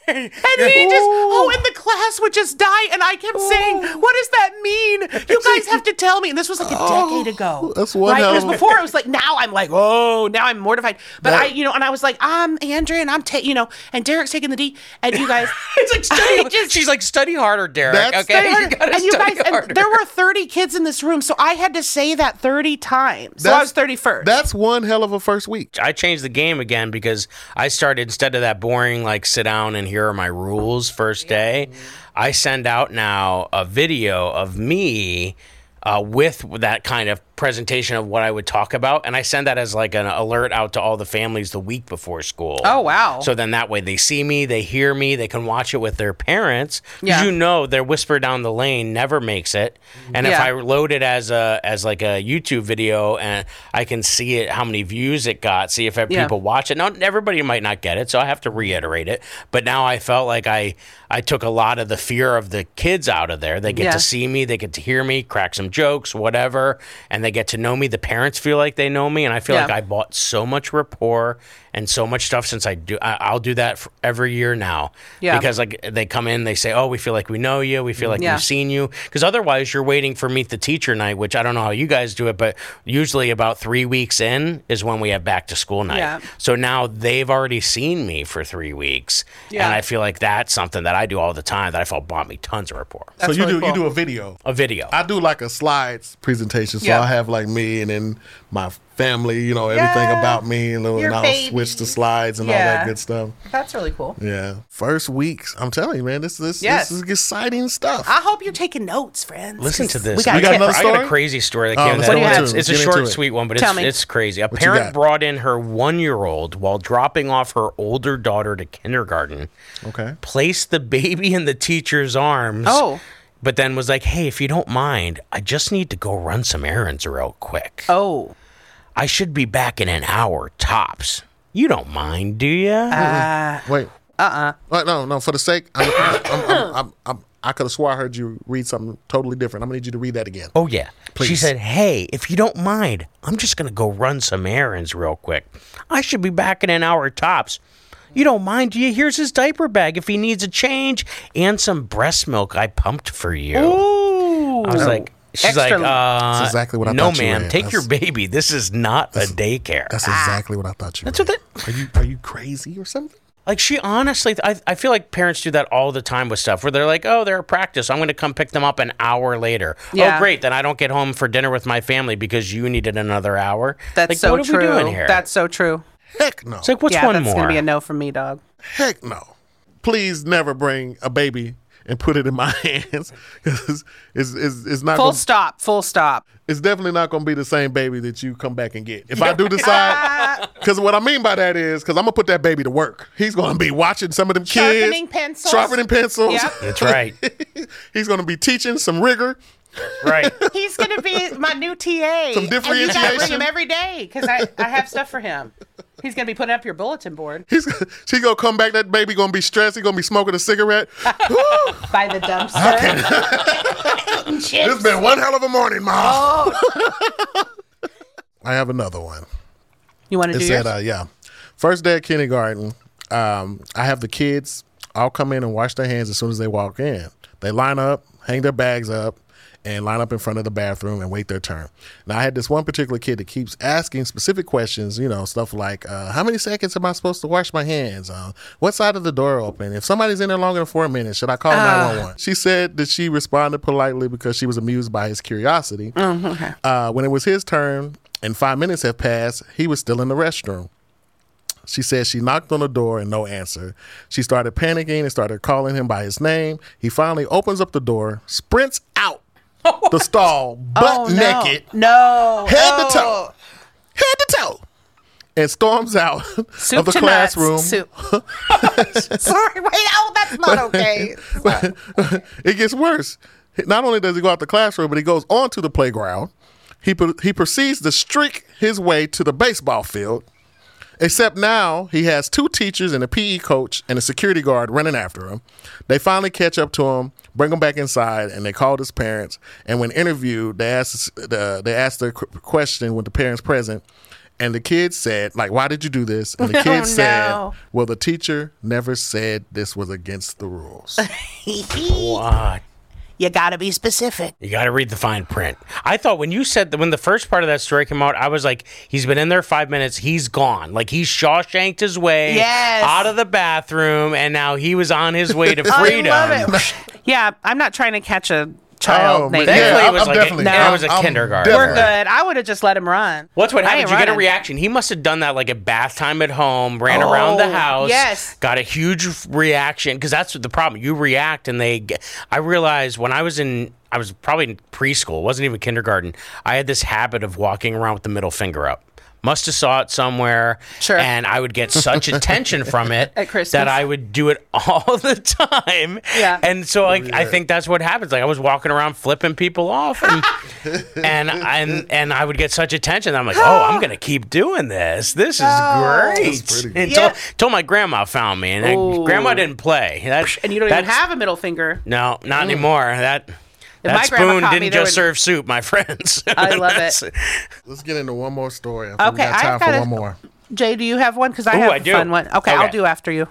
Speaker 3: And he just, oh, and the class would just die. And I kept saying, what does that mean? You guys have to tell me. And this was like a decade ago.
Speaker 2: Oh, that's one
Speaker 3: Right?
Speaker 2: hell
Speaker 3: Because
Speaker 2: of a-
Speaker 3: before, I was like, now I'm like, oh, now I'm mortified. But
Speaker 2: That-
Speaker 3: I, you know, and I was like, I'm Andrea and I'm, ta- you know, and Derek's taking the D. And you guys, it's like
Speaker 1: Study- she's like, study harder, Derek.
Speaker 2: That's-
Speaker 1: okay,
Speaker 3: and,
Speaker 1: you gotta
Speaker 3: and you
Speaker 1: study
Speaker 3: guys, and
Speaker 1: harder.
Speaker 3: there were 30 kids in this room, so I had to say that 30 times. So I was 31st.
Speaker 2: That's one hell of a first week.
Speaker 1: I changed the game again because I started instead of that boring like sit down and here are my rules first day. I send out now a video of me uh, with that kind of presentation of what I would talk about, and I send that as like an alert out to all the families the week before school.
Speaker 3: Oh, wow.
Speaker 1: So then that way they see me, they hear me, they can watch it with their parents. 'Cause
Speaker 3: Yeah.
Speaker 1: you know their whisper down the lane never makes it, and if
Speaker 3: Yeah.
Speaker 1: I load it as a as like a YouTube video and I can see it how many views it got, see if
Speaker 3: Yeah.
Speaker 1: people watch it. Now everybody might not get it, so I have to reiterate it. But now I felt like I I took a lot of the fear of the kids out of there. They get
Speaker 3: Yeah.
Speaker 1: to see me, they get to hear me, crack some jokes, whatever, and they get to know me. The parents feel like they know me, and I feel
Speaker 3: Yeah.
Speaker 1: like I bought so much rapport and so much stuff since I do. I, I'll do that for every year now
Speaker 3: Yeah.
Speaker 1: because like they come in, they say, "Oh, we feel like we know you, we feel like
Speaker 3: Yeah.
Speaker 1: we've seen you," because otherwise you're waiting for meet the teacher night, which I don't know how you guys do it, but usually about three weeks in is when we have back to school night.
Speaker 3: Yeah.
Speaker 1: So now they've already seen me for three weeks,
Speaker 3: Yeah.
Speaker 1: and I feel like that's something that I do all the time that I felt bought me tons of rapport.
Speaker 2: so you
Speaker 3: really
Speaker 2: do you
Speaker 3: cool.
Speaker 2: do a video.
Speaker 1: A video.
Speaker 2: I do like a slides presentation, so
Speaker 3: Yeah.
Speaker 2: I have like me and then my family, you know, everything
Speaker 3: Yeah.
Speaker 2: about me, and,
Speaker 3: Your
Speaker 2: and I'll
Speaker 3: baby.
Speaker 2: switch to slides and all
Speaker 3: Yeah.
Speaker 2: that good stuff.
Speaker 3: That's really cool.
Speaker 2: Yeah, first weeks. I'm telling you, man, this this
Speaker 3: Yes. Ah.
Speaker 2: this is exciting stuff.
Speaker 3: I hope you're taking notes, friends.
Speaker 1: Listen to
Speaker 3: 'cause
Speaker 1: this.
Speaker 3: We got,
Speaker 2: We got
Speaker 3: tips.
Speaker 2: another
Speaker 1: I got a
Speaker 2: story?
Speaker 1: crazy story that
Speaker 2: Oh,
Speaker 1: came
Speaker 2: let's
Speaker 1: that
Speaker 3: get into
Speaker 1: it's,
Speaker 2: it.
Speaker 1: it's a
Speaker 2: Get into
Speaker 1: short,
Speaker 2: it.
Speaker 1: sweet one, but
Speaker 3: Tell
Speaker 1: it's,
Speaker 3: me.
Speaker 1: it's crazy. A
Speaker 2: What you
Speaker 1: parent
Speaker 2: got?
Speaker 1: brought in her one year old while dropping off her older daughter to kindergarten,
Speaker 2: okay.
Speaker 1: placed the baby in the teacher's arms.
Speaker 3: Oh.
Speaker 1: But then was like, hey, if you don't mind, I just need to go run some errands real quick.
Speaker 3: Oh,
Speaker 1: I should be back in an hour tops. You don't mind, do you?
Speaker 2: Wait. Uh
Speaker 3: uh-uh.
Speaker 2: uh no, no. For the sake, I'm, I'm, I'm, I'm, I'm, I could have swore I heard you read something totally different. I'm gonna need you to read that again.
Speaker 1: Oh, yeah. She
Speaker 2: Please.
Speaker 1: said, Hey, if you don't mind, I'm just going to go run some errands real quick. I should be back in an hour tops. You don't mind, do you? Here's his diaper bag if he needs a change and some breast milk I pumped for you. I was like, She's
Speaker 3: Extra-
Speaker 1: like, uh,
Speaker 2: That's exactly what I
Speaker 1: no,
Speaker 2: thought you
Speaker 1: ma'am,
Speaker 2: read.
Speaker 1: take your
Speaker 2: That's-
Speaker 1: baby. This is not a daycare.
Speaker 3: ah.
Speaker 2: That's exactly what I thought you. That's
Speaker 1: what
Speaker 2: Are you are you crazy or something?
Speaker 1: Like she honestly, I, I feel like parents do that all the time with stuff where they're like, oh, they're at practice. I'm going to come pick them up an hour later.
Speaker 3: Yeah.
Speaker 1: Oh, great. Then I don't get home for dinner with my family because you needed another hour.
Speaker 3: that's
Speaker 1: like,
Speaker 3: so
Speaker 1: what are
Speaker 3: true.
Speaker 1: we doing here?
Speaker 3: That's so true.
Speaker 2: Heck no.
Speaker 1: it's like, what's
Speaker 3: yeah,
Speaker 1: one
Speaker 3: that's
Speaker 1: more?
Speaker 3: gonna be a no from me, dog.
Speaker 2: Heck no. Please never bring a baby and put it in my hands because it's, it's, it's not
Speaker 3: Full
Speaker 2: gonna,
Speaker 3: stop. Full stop.
Speaker 2: it's definitely not going to be the same baby that you come back and get. If I do decide, because what I mean by that is because I'm gonna put that baby to work. He's going to be watching some of them kids
Speaker 3: Sharpening pencils.
Speaker 2: sharpening pencils.
Speaker 3: Yep.
Speaker 1: That's right.
Speaker 2: He's going to be teaching some rigor.
Speaker 1: right.
Speaker 3: He's gonna be my new TA.
Speaker 2: Some
Speaker 3: And you gotta bring
Speaker 2: differentiation.
Speaker 3: him every day because I, I have stuff for him. He's gonna be putting up your bulletin board
Speaker 2: He's she gonna come back. That baby gonna be stressed. He gonna be smoking a cigarette.
Speaker 3: by the dumpster. Eating chips.
Speaker 2: It's been one hell of a morning, mom.
Speaker 3: Oh.
Speaker 2: I have another one.
Speaker 3: You want to
Speaker 2: It
Speaker 3: do
Speaker 2: said,
Speaker 3: yours?
Speaker 2: uh, yeah, first day of kindergarten. Um, I have the kids all come in and wash their hands as soon as they walk in. They line up, hang their bags up, and line up in front of the bathroom and wait their turn. Now, I had this one particular kid that keeps asking specific questions, you know, stuff like, uh, how many seconds am I supposed to wash my hands? Uh, what side of the door open? If somebody's in there longer than four minutes, should I
Speaker 3: Ah.
Speaker 2: call 911? She said that she responded politely because she was amused by his curiosity.
Speaker 3: Uh-huh.
Speaker 2: Uh, when it was his turn and five minutes had passed, he was still in the restroom. She said she knocked on the door and no answer. She started panicking and started calling him by his name. He finally opens up the door, sprints out the stall, butt
Speaker 3: Oh, no. Oh.
Speaker 2: naked,
Speaker 3: No.
Speaker 2: head to
Speaker 3: no.
Speaker 2: toe, head to toe, and storms out
Speaker 3: Soup
Speaker 2: of the
Speaker 3: to nuts.
Speaker 2: classroom.
Speaker 3: Soup. Sorry. Wait. Oh, that's not okay.
Speaker 2: it gets worse. Not only does he go out the classroom, but he goes onto the playground. He pro- he proceeds to streak his way to the baseball field. Except now he has two teachers and a PE coach and a security guard running after him. They finally catch up to him, bring him back inside, and they called his parents. And when interviewed, they asked the, they asked the qu- question with the parents present, And the kid said, like, why did you do this? And the kid
Speaker 3: Oh,
Speaker 2: said,
Speaker 3: no.
Speaker 2: well, the teacher never said this was against the rules.
Speaker 1: What?
Speaker 3: You gotta be specific.
Speaker 1: You got to read the fine print. I thought when you said that when the first part of that story came out, I was like, he's been in there five minutes, he's gone. Like he Shawshanked his way
Speaker 3: Yes.
Speaker 1: out of the bathroom, and now he was on his way to
Speaker 3: I
Speaker 1: freedom.
Speaker 3: love it. yeah, I'm not trying to catch a child.
Speaker 2: man.
Speaker 3: named-
Speaker 1: Thankfully,
Speaker 2: Oh, Yeah,
Speaker 1: it was
Speaker 2: I'm
Speaker 1: like
Speaker 2: definitely-
Speaker 1: a,
Speaker 3: No.
Speaker 1: it was a
Speaker 2: I'm
Speaker 1: kindergarten.
Speaker 2: definitely-
Speaker 3: We're good. I would have just let him run.
Speaker 1: What's what
Speaker 3: I
Speaker 1: happened?
Speaker 3: ain't
Speaker 1: You get a
Speaker 3: running.
Speaker 1: reaction. He must have done that like at bath time at home, ran around the
Speaker 3: Oh,
Speaker 1: house,
Speaker 3: yes.
Speaker 1: got a huge f- reaction because that's what the problem. You react, and they. Get, I realized when I was in, I was probably in preschool, it wasn't even kindergarten. I had this habit of walking around with the middle finger up. Must have saw it somewhere,
Speaker 3: Sure.
Speaker 1: and I would get such attention from it
Speaker 3: At Christmas.
Speaker 1: that I would do it all the time.
Speaker 3: Yeah.
Speaker 1: and so like I think that's what happens. Like I was walking around flipping people off, and and and and I would get such attention. I'm like, oh, I'm gonna keep doing this. This is
Speaker 3: Oh.
Speaker 1: great. Until,
Speaker 3: Yeah.
Speaker 1: until my grandma found me, and I,
Speaker 3: Ooh.
Speaker 1: grandma didn't play. That,
Speaker 3: And you don't even
Speaker 1: that's-
Speaker 3: have a middle finger.
Speaker 1: No, not anymore. That. That
Speaker 3: my grandma
Speaker 1: spoon
Speaker 3: caught me,
Speaker 1: didn't
Speaker 3: there
Speaker 1: just
Speaker 3: would-
Speaker 1: serve soup, my friends.
Speaker 3: I love it.
Speaker 1: That's-
Speaker 2: Let's get into one more story. I think
Speaker 3: Okay,
Speaker 2: we got
Speaker 3: I've
Speaker 2: time
Speaker 3: got
Speaker 2: for
Speaker 3: a-
Speaker 2: one more.
Speaker 3: Jay, do you have one? Because I
Speaker 1: Ooh,
Speaker 3: have
Speaker 1: I
Speaker 3: a
Speaker 1: do.
Speaker 3: fun one. Okay,
Speaker 1: Okay.
Speaker 3: I'll do after you.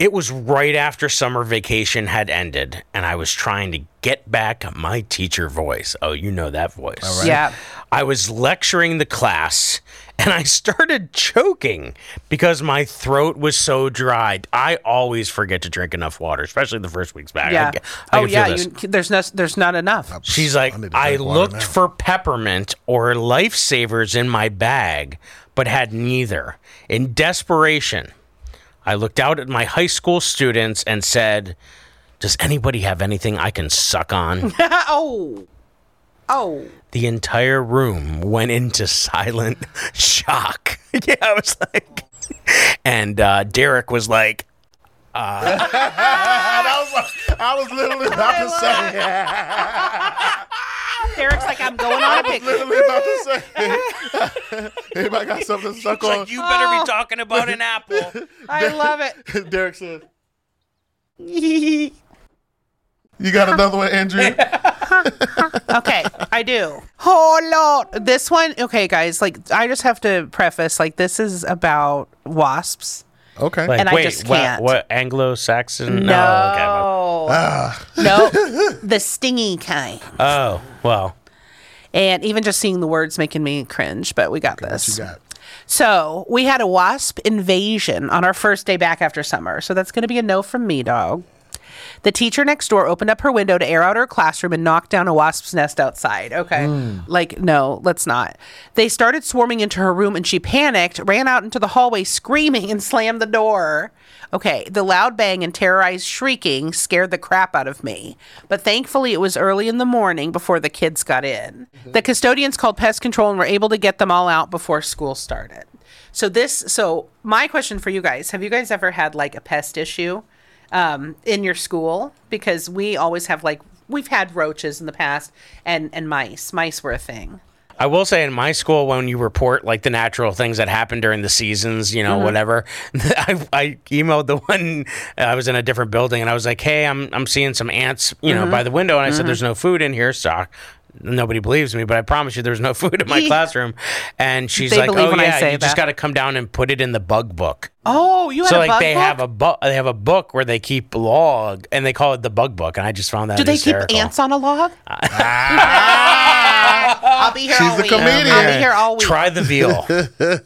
Speaker 1: It was right after summer vacation had ended, and I was trying to get back my teacher voice. Oh, you know that voice.
Speaker 3: Yeah.
Speaker 1: I was lecturing the class and I started choking because my throat was so dry. I always forget to drink enough water, especially the first weeks back. I
Speaker 3: Yeah.
Speaker 1: ca- I
Speaker 3: oh
Speaker 1: can feel
Speaker 3: yeah.
Speaker 1: this.
Speaker 3: You, there's no, there's not enough.
Speaker 1: She's like,
Speaker 2: I need to
Speaker 1: I,
Speaker 2: drink water
Speaker 1: looked
Speaker 2: now."
Speaker 1: for peppermint or lifesavers in my bag, but had neither. In desperation, I looked out at my high school students and said, Does anybody have anything I can suck on?
Speaker 3: oh. Oh.
Speaker 1: the entire room went into silent shock. Yeah, I was like, and uh, Derek was like,
Speaker 2: I was, I was literally about to say,
Speaker 3: Derek's like, I'm going on a picnic.
Speaker 2: literally about to say. Anybody got something to suck on?
Speaker 1: like you better be talking about an apple.
Speaker 3: I love it.
Speaker 2: Derek says, "You got another one, Andrew."
Speaker 3: okay, I do. Oh Lord, this one. Okay, guys, like I just have to preface, like this is about wasps.
Speaker 2: okay.
Speaker 1: Like,
Speaker 3: And I
Speaker 1: wait,
Speaker 3: just
Speaker 1: what-
Speaker 3: can't.
Speaker 1: What, Anglo-Saxon? Oh, okay, well-
Speaker 3: no, the stingy kind.
Speaker 1: Oh, well.
Speaker 3: And even just seeing the words making me cringe, but we got this.
Speaker 2: You got
Speaker 3: So we had a wasp invasion on our first day back after summer. So that's going to be a no from me, dog. The teacher next door opened up her window to air out her classroom and knocked down a wasp's nest outside. Okay. Like, no, let's not. They started swarming into her room and she panicked, ran out into the hallway screaming and slammed the door. Okay. The loud bang and terrorized shrieking scared the crap out of me. But thankfully, it was early in the morning before the kids got in. The custodians called pest control and were able to get them all out before school started. So, this, so my question for you guys have you guys ever had like a pest issue? um, in your school because we always have like we've had roaches in the past and and mice. Mice were a thing.
Speaker 1: I will say in my school, when you report like the natural things that happen during the seasons, you
Speaker 3: Mm-hmm.
Speaker 1: know, whatever, I, I emailed the one, I was in a different building and I was like, hey, I'm, I'm seeing some ants, you
Speaker 3: Mm-hmm.
Speaker 1: know, by the window. And I said, there's no food in here, Stock. Nobody believes me, but I promise you there's no food in my classroom. And she's
Speaker 3: They
Speaker 1: like,
Speaker 3: believe
Speaker 1: oh,
Speaker 3: when I
Speaker 1: yeah,
Speaker 3: say
Speaker 1: you just
Speaker 3: that."
Speaker 1: got to come down and put it in the bug book.
Speaker 3: Oh, you had
Speaker 1: so
Speaker 3: a
Speaker 1: like
Speaker 3: bug
Speaker 1: they
Speaker 3: book?
Speaker 1: have a book, they have a book where they keep log, and they call it the bug book, and I just found that.
Speaker 3: Do they
Speaker 1: hysterical. Ah.
Speaker 3: keep ants on a log? I'll be here
Speaker 2: She's
Speaker 3: all
Speaker 2: the
Speaker 3: week. I'll be
Speaker 2: comedian.
Speaker 3: here all week.
Speaker 1: Try the veal.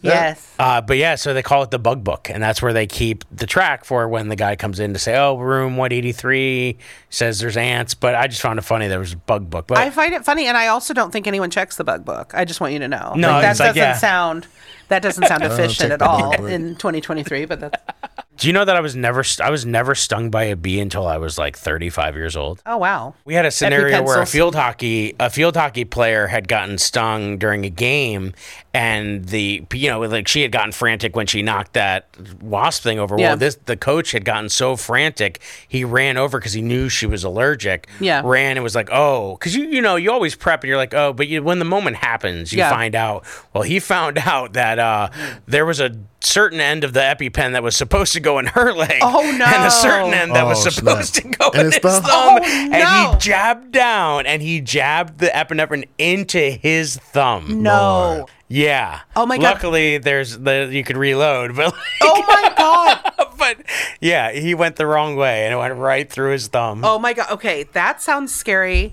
Speaker 3: yes.
Speaker 1: Uh, but yeah, so they call it the bug book, and that's where they keep the track for when the guy comes in to say, "Oh, room 183 says there's ants." But I just found it funny there was a bug book. But
Speaker 3: I find it funny, and I also don't think anyone checks the bug book. I just want you to know.
Speaker 1: No,
Speaker 3: like, that
Speaker 1: it's
Speaker 3: doesn't
Speaker 1: like, yeah.
Speaker 3: sound that doesn't sound
Speaker 2: check
Speaker 3: efficient at
Speaker 2: Oh, the bug
Speaker 3: all
Speaker 2: book.
Speaker 3: in 2023. But that's
Speaker 1: do you know that I was never st- I was never stung by a bee until I was like 35 years old.
Speaker 3: oh wow.
Speaker 1: We had a scenario where a
Speaker 3: pencils.
Speaker 1: field hockey a field hockey player had gotten stung during a game, and the you know like she had gotten frantic when she knocked that wasp thing over.
Speaker 3: Yeah.
Speaker 1: Well, this the coach had gotten so frantic he ran over because he knew she was allergic.
Speaker 3: Yeah.
Speaker 1: ran and was like, oh, because you you know you always prep and you're like, oh, but you, when the moment happens, you
Speaker 3: Yeah.
Speaker 1: find out. Well, he found out that uh, there was a certain end of the EpiPen that was supposed to go in her leg.
Speaker 3: Oh,
Speaker 1: And a
Speaker 3: no.
Speaker 1: certain end that was
Speaker 2: Oh,
Speaker 1: supposed
Speaker 2: snap.
Speaker 1: to go
Speaker 2: And
Speaker 1: in
Speaker 2: his
Speaker 1: his
Speaker 2: thumb?
Speaker 1: thumb,
Speaker 3: Oh,
Speaker 1: and
Speaker 3: no.
Speaker 1: he jabbed down and he jabbed the epinephrine into his thumb.
Speaker 3: No.
Speaker 1: Yeah.
Speaker 3: Oh my God.
Speaker 1: Luckily, there's the you could reload, but
Speaker 3: Oh my god.
Speaker 1: but yeah, he went the wrong way and it went right through his thumb.
Speaker 3: Oh my god. Okay, that sounds scary.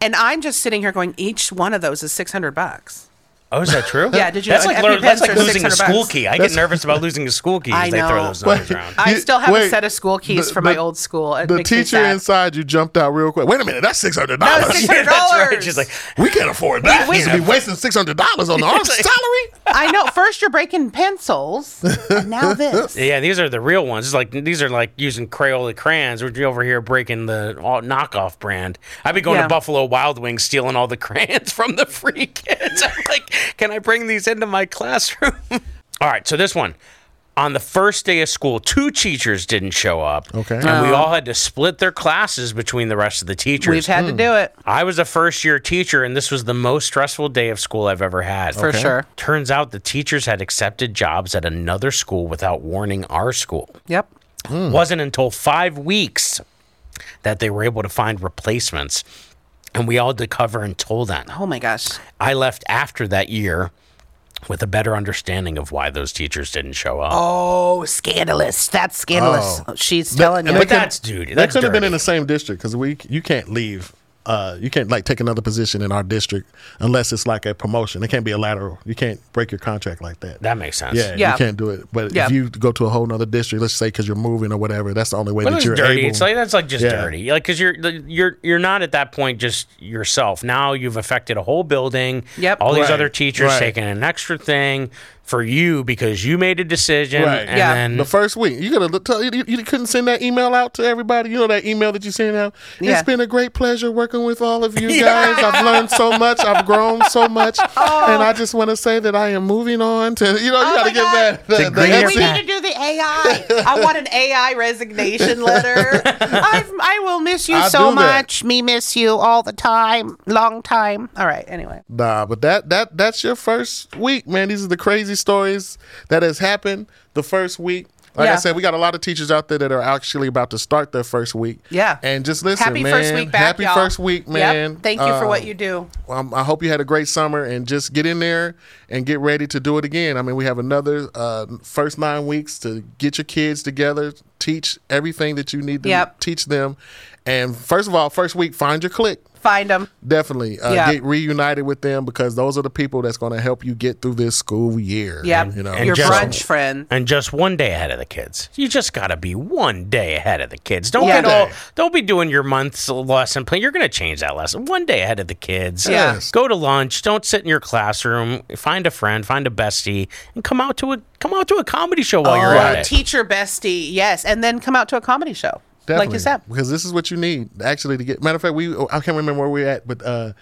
Speaker 3: And I'm just sitting here going, each one of those is six hundred bucks.
Speaker 1: Oh, is that true?
Speaker 3: Yeah, did you
Speaker 1: That's
Speaker 3: know
Speaker 1: like,
Speaker 3: an
Speaker 1: lo- that's
Speaker 3: EpiPens
Speaker 1: like
Speaker 3: are
Speaker 1: losing a
Speaker 3: 600
Speaker 1: school
Speaker 3: bucks?
Speaker 1: key. I get nervous about losing a school key.
Speaker 3: I
Speaker 1: They throw
Speaker 3: know.
Speaker 1: those numbers around.
Speaker 3: I
Speaker 2: You-
Speaker 3: still have a
Speaker 2: wait,
Speaker 3: set of school keys
Speaker 2: the-
Speaker 3: from my
Speaker 2: the-
Speaker 3: old school. It
Speaker 2: the
Speaker 3: makes me
Speaker 2: teacher
Speaker 3: sad.
Speaker 2: inside you jumped out real quick. Wait a minute, that's six hundred
Speaker 3: That was
Speaker 2: dollars.
Speaker 3: six hundred
Speaker 1: That's
Speaker 3: dollars.
Speaker 1: right. She's like,
Speaker 2: We can't afford that.
Speaker 3: We-
Speaker 2: We should be wasting six hundred dollars on our salary.
Speaker 3: I know. First, you're breaking pencils, and now this.
Speaker 1: yeah, these are the real ones. It's like these are like using Crayola crayons. We're over here breaking the all- knockoff brand. I'd be going
Speaker 3: Yeah.
Speaker 1: to Buffalo Wild Wings, stealing all the crayons from the free kids. I'm like, can I bring these into my classroom? all right, so this one. On the first day of school, two teachers didn't show up.
Speaker 2: Okay.
Speaker 1: And we all had to split their classes between the rest of the teachers.
Speaker 3: Oh. We've had to
Speaker 2: Hmm.
Speaker 3: do it
Speaker 1: I was a first year teacher, and this was the most stressful day of school I've ever had.
Speaker 3: for sure.
Speaker 1: Turns out the teachers had accepted jobs at another school without warning our school.
Speaker 3: Yep.
Speaker 1: Wasn't until five weeks that they were able to find replacements, and we all had to cover until then.
Speaker 3: Oh my gosh.
Speaker 1: I left after that year with a better understanding of why those teachers didn't show up.
Speaker 3: Oh, scandalous. That's scandalous.
Speaker 2: Oh.
Speaker 3: Oh, She's telling you.
Speaker 1: But that's dude.
Speaker 2: They
Speaker 1: That's
Speaker 2: could have been in
Speaker 1: dirty.
Speaker 2: the same district because we you can't leave. Uh, you can't like take another position in our district unless it's like a promotion. It can't be a lateral. You can't break your contract like that.
Speaker 1: That makes sense.
Speaker 2: yeah,
Speaker 3: Yeah.
Speaker 2: you can't do it. But
Speaker 3: Yeah.
Speaker 2: if you go to a whole nother district, let's say because you're moving or whatever, that's the only way
Speaker 1: But
Speaker 2: that
Speaker 1: it's
Speaker 2: you're
Speaker 1: dirty.
Speaker 2: able.
Speaker 1: It's like that's like just
Speaker 2: Yeah.
Speaker 1: dirty. Like because you're the- you're you're not at that point just yourself. Now you've affected a whole building.
Speaker 3: Yep.
Speaker 1: All these
Speaker 2: Right,
Speaker 1: other teachers
Speaker 2: right.
Speaker 1: taking an extra thing for you because you made a decision.
Speaker 2: Right.
Speaker 1: And
Speaker 3: Yeah.
Speaker 1: then
Speaker 2: the first week, you gotta look- tell you, you couldn't send that email out to everybody. You know that email that you send out.
Speaker 3: Yeah.
Speaker 2: It's been a great pleasure working with all of you guys. I've learned so much. I've grown so much, and I just want to say that I am moving on to. You know, you
Speaker 3: Oh my
Speaker 2: gotta give
Speaker 3: God.
Speaker 2: that. The,
Speaker 1: The
Speaker 2: the
Speaker 1: green
Speaker 2: exit.
Speaker 3: We need to do the AI. I want an AI resignation letter. I've, I will miss you
Speaker 2: I
Speaker 3: so
Speaker 2: do that.
Speaker 3: much. Me miss you all the time. Long time. All right. Anyway.
Speaker 2: Nah, but that that that's your first week, man. These are the crazy stories that has happened the first week. Like
Speaker 3: Yeah.
Speaker 2: I said, we got a lot of teachers out there that are actually about to start their first week.
Speaker 3: Yeah.
Speaker 2: and just listen,
Speaker 3: Happy
Speaker 2: man.
Speaker 3: first week back,
Speaker 2: Happy
Speaker 3: y'all.
Speaker 2: first week,
Speaker 3: Yep.
Speaker 2: man.
Speaker 3: Thank you for
Speaker 2: Uh,
Speaker 3: what you do.
Speaker 2: um, I hope you had a great summer and just get in there and get ready to do it again. I mean, we have another uh, first nine weeks to get your kids together, teach everything that you need to
Speaker 3: Yep.
Speaker 2: teach them. And first of all, first week, find your clique.
Speaker 3: Find them.
Speaker 2: Definitely uh,
Speaker 3: Yeah.
Speaker 2: get reunited with them because those are the people that's going to help you get through this school year.
Speaker 3: Yep.
Speaker 2: you know,
Speaker 3: Your
Speaker 1: just-
Speaker 3: brunch friend.
Speaker 1: and just one day ahead of the kids. You just got to be one day ahead of the kids. Don't
Speaker 3: Yeah.
Speaker 1: get all.
Speaker 2: One day.
Speaker 1: Don't be doing your month's lesson plan. You're going to change that lesson. One day ahead of the kids.
Speaker 3: Yeah.
Speaker 2: Yes.
Speaker 1: Go to lunch. Don't sit in your classroom. Find a friend. Find a bestie, and come out to a come out to a comedy show while you're at
Speaker 3: Oh,
Speaker 1: it.
Speaker 3: teacher bestie. Yes. And then come out to a comedy show. Like you said.
Speaker 2: because this is what you need actually to get. Matter of fact, we oh, I can't remember where we're at, but uh,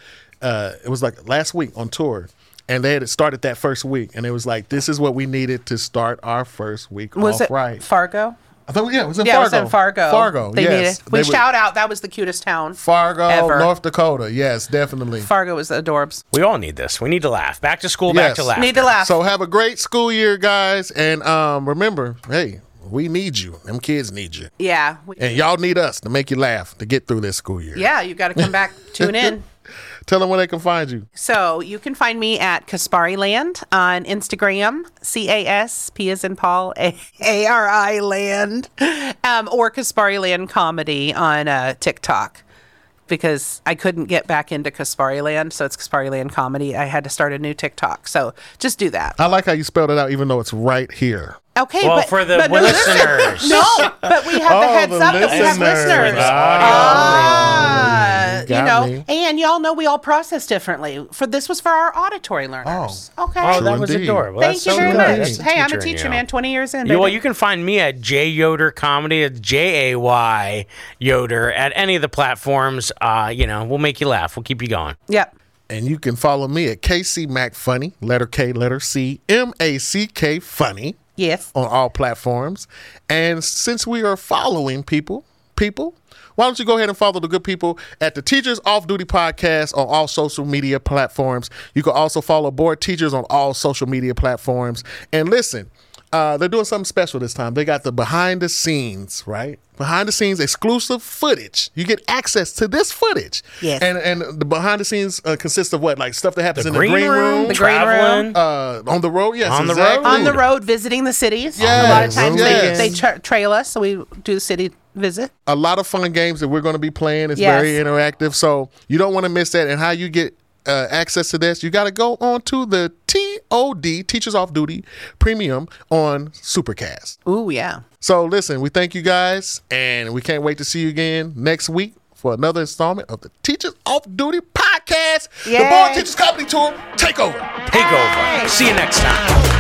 Speaker 2: uh, it was like last week on tour, and they had started that first week, and it was like this is what we needed to start our first week
Speaker 3: Was
Speaker 2: off
Speaker 3: it
Speaker 2: right.
Speaker 3: Fargo?
Speaker 2: I thought yeah, it was in
Speaker 3: Yeah,
Speaker 2: Fargo.
Speaker 3: it was in Fargo.
Speaker 2: Uh, Fargo.
Speaker 3: They
Speaker 2: yes,
Speaker 3: needed- we
Speaker 2: They were-
Speaker 3: shout out. That was the cutest town.
Speaker 2: Fargo,
Speaker 3: ever.
Speaker 2: North Dakota. Yes, definitely.
Speaker 3: Fargo was the adorbs.
Speaker 1: We all need this. We need to laugh. Back to school, back
Speaker 2: Yes.
Speaker 1: to laugh.
Speaker 3: Need to laugh.
Speaker 2: So have a great school year, guys, and um, remember, hey, we need you. Them kids need you,
Speaker 3: yeah. We-
Speaker 2: and y'all need us to make you laugh to get through this school year.
Speaker 3: yeah. You got to come back. Tune in.
Speaker 2: Tell them where they can find you.
Speaker 3: So you can find me at Kaspari Land on Instagram, C A S P as in Paul, A A R I Land, um, or Kaspari Land Comedy on uh, TikTok because I couldn't get back into Kaspari Land. So it's Kaspari Land Comedy. I had to start a new TikTok. So just do that.
Speaker 2: I like how you spelled it out, even though it's right here.
Speaker 3: Okay.
Speaker 1: Well,
Speaker 3: but,
Speaker 1: for the
Speaker 3: but listen-
Speaker 1: listeners.
Speaker 3: no, but we have the
Speaker 2: Oh,
Speaker 3: heads
Speaker 2: the
Speaker 3: up. that We have
Speaker 2: listeners.
Speaker 3: listeners.
Speaker 1: Audio
Speaker 3: Ah, you
Speaker 2: Got
Speaker 3: know,
Speaker 2: me.
Speaker 3: and y'all know we all process differently. For this was for our auditory learners. okay.
Speaker 1: Oh,
Speaker 2: True
Speaker 1: that was
Speaker 2: indeed.
Speaker 1: adorable.
Speaker 3: Thank
Speaker 1: That's
Speaker 3: you
Speaker 1: so
Speaker 3: very
Speaker 1: good.
Speaker 3: much.
Speaker 1: That's
Speaker 3: Hey, I'm a
Speaker 1: in
Speaker 3: teacher,
Speaker 1: you.
Speaker 3: man. Twenty years in.
Speaker 1: You- well,
Speaker 3: baby.
Speaker 1: you can find me at J Yoder Comedy, at J A Y Yoder, at any of the platforms. Uh, you know, we'll make you laugh. We'll keep you going.
Speaker 3: Yep.
Speaker 2: And you can follow me at KC Mac Funny, letter K, letter C, M A C K Funny
Speaker 3: Yes.
Speaker 2: on all platforms. And since we are following people, people, why don't you go ahead and follow the good people at the Teachers Off Duty Podcast on all social media platforms? You can also follow Board Teachers on all social media platforms. And listen, Uh, they're doing something special this time. They got the behind the scenes, right? Behind the scenes exclusive footage. You get access to this footage.
Speaker 3: Yes.
Speaker 2: And and the behind the scenes uh, consists of what, like stuff that happens
Speaker 1: The
Speaker 2: in
Speaker 1: green,
Speaker 2: the green room,
Speaker 1: room,
Speaker 3: The green room.
Speaker 1: traveling.
Speaker 2: uh, on the road. Yes,
Speaker 1: On the
Speaker 2: exactly.
Speaker 1: road?
Speaker 3: on the road visiting the cities.
Speaker 2: Yes,
Speaker 3: a lot of times
Speaker 2: yes.
Speaker 3: they, they tra- trail us, so we do the city visit.
Speaker 2: a lot of fun games that we're going to be playing. It's
Speaker 3: Yes.
Speaker 2: very interactive, so you don't want to miss that. And how you get uh, access to this, you got to go on to the TOD Teachers Off Duty Premium on Supercast.
Speaker 3: Ooh, yeah.
Speaker 2: So listen, we thank you guys, and we can't wait to see you again next week for another installment of the Teachers Off Duty Podcast, the
Speaker 3: Yay.
Speaker 2: Born Teachers Company Tour Takeover.
Speaker 1: Takeover. See you next time.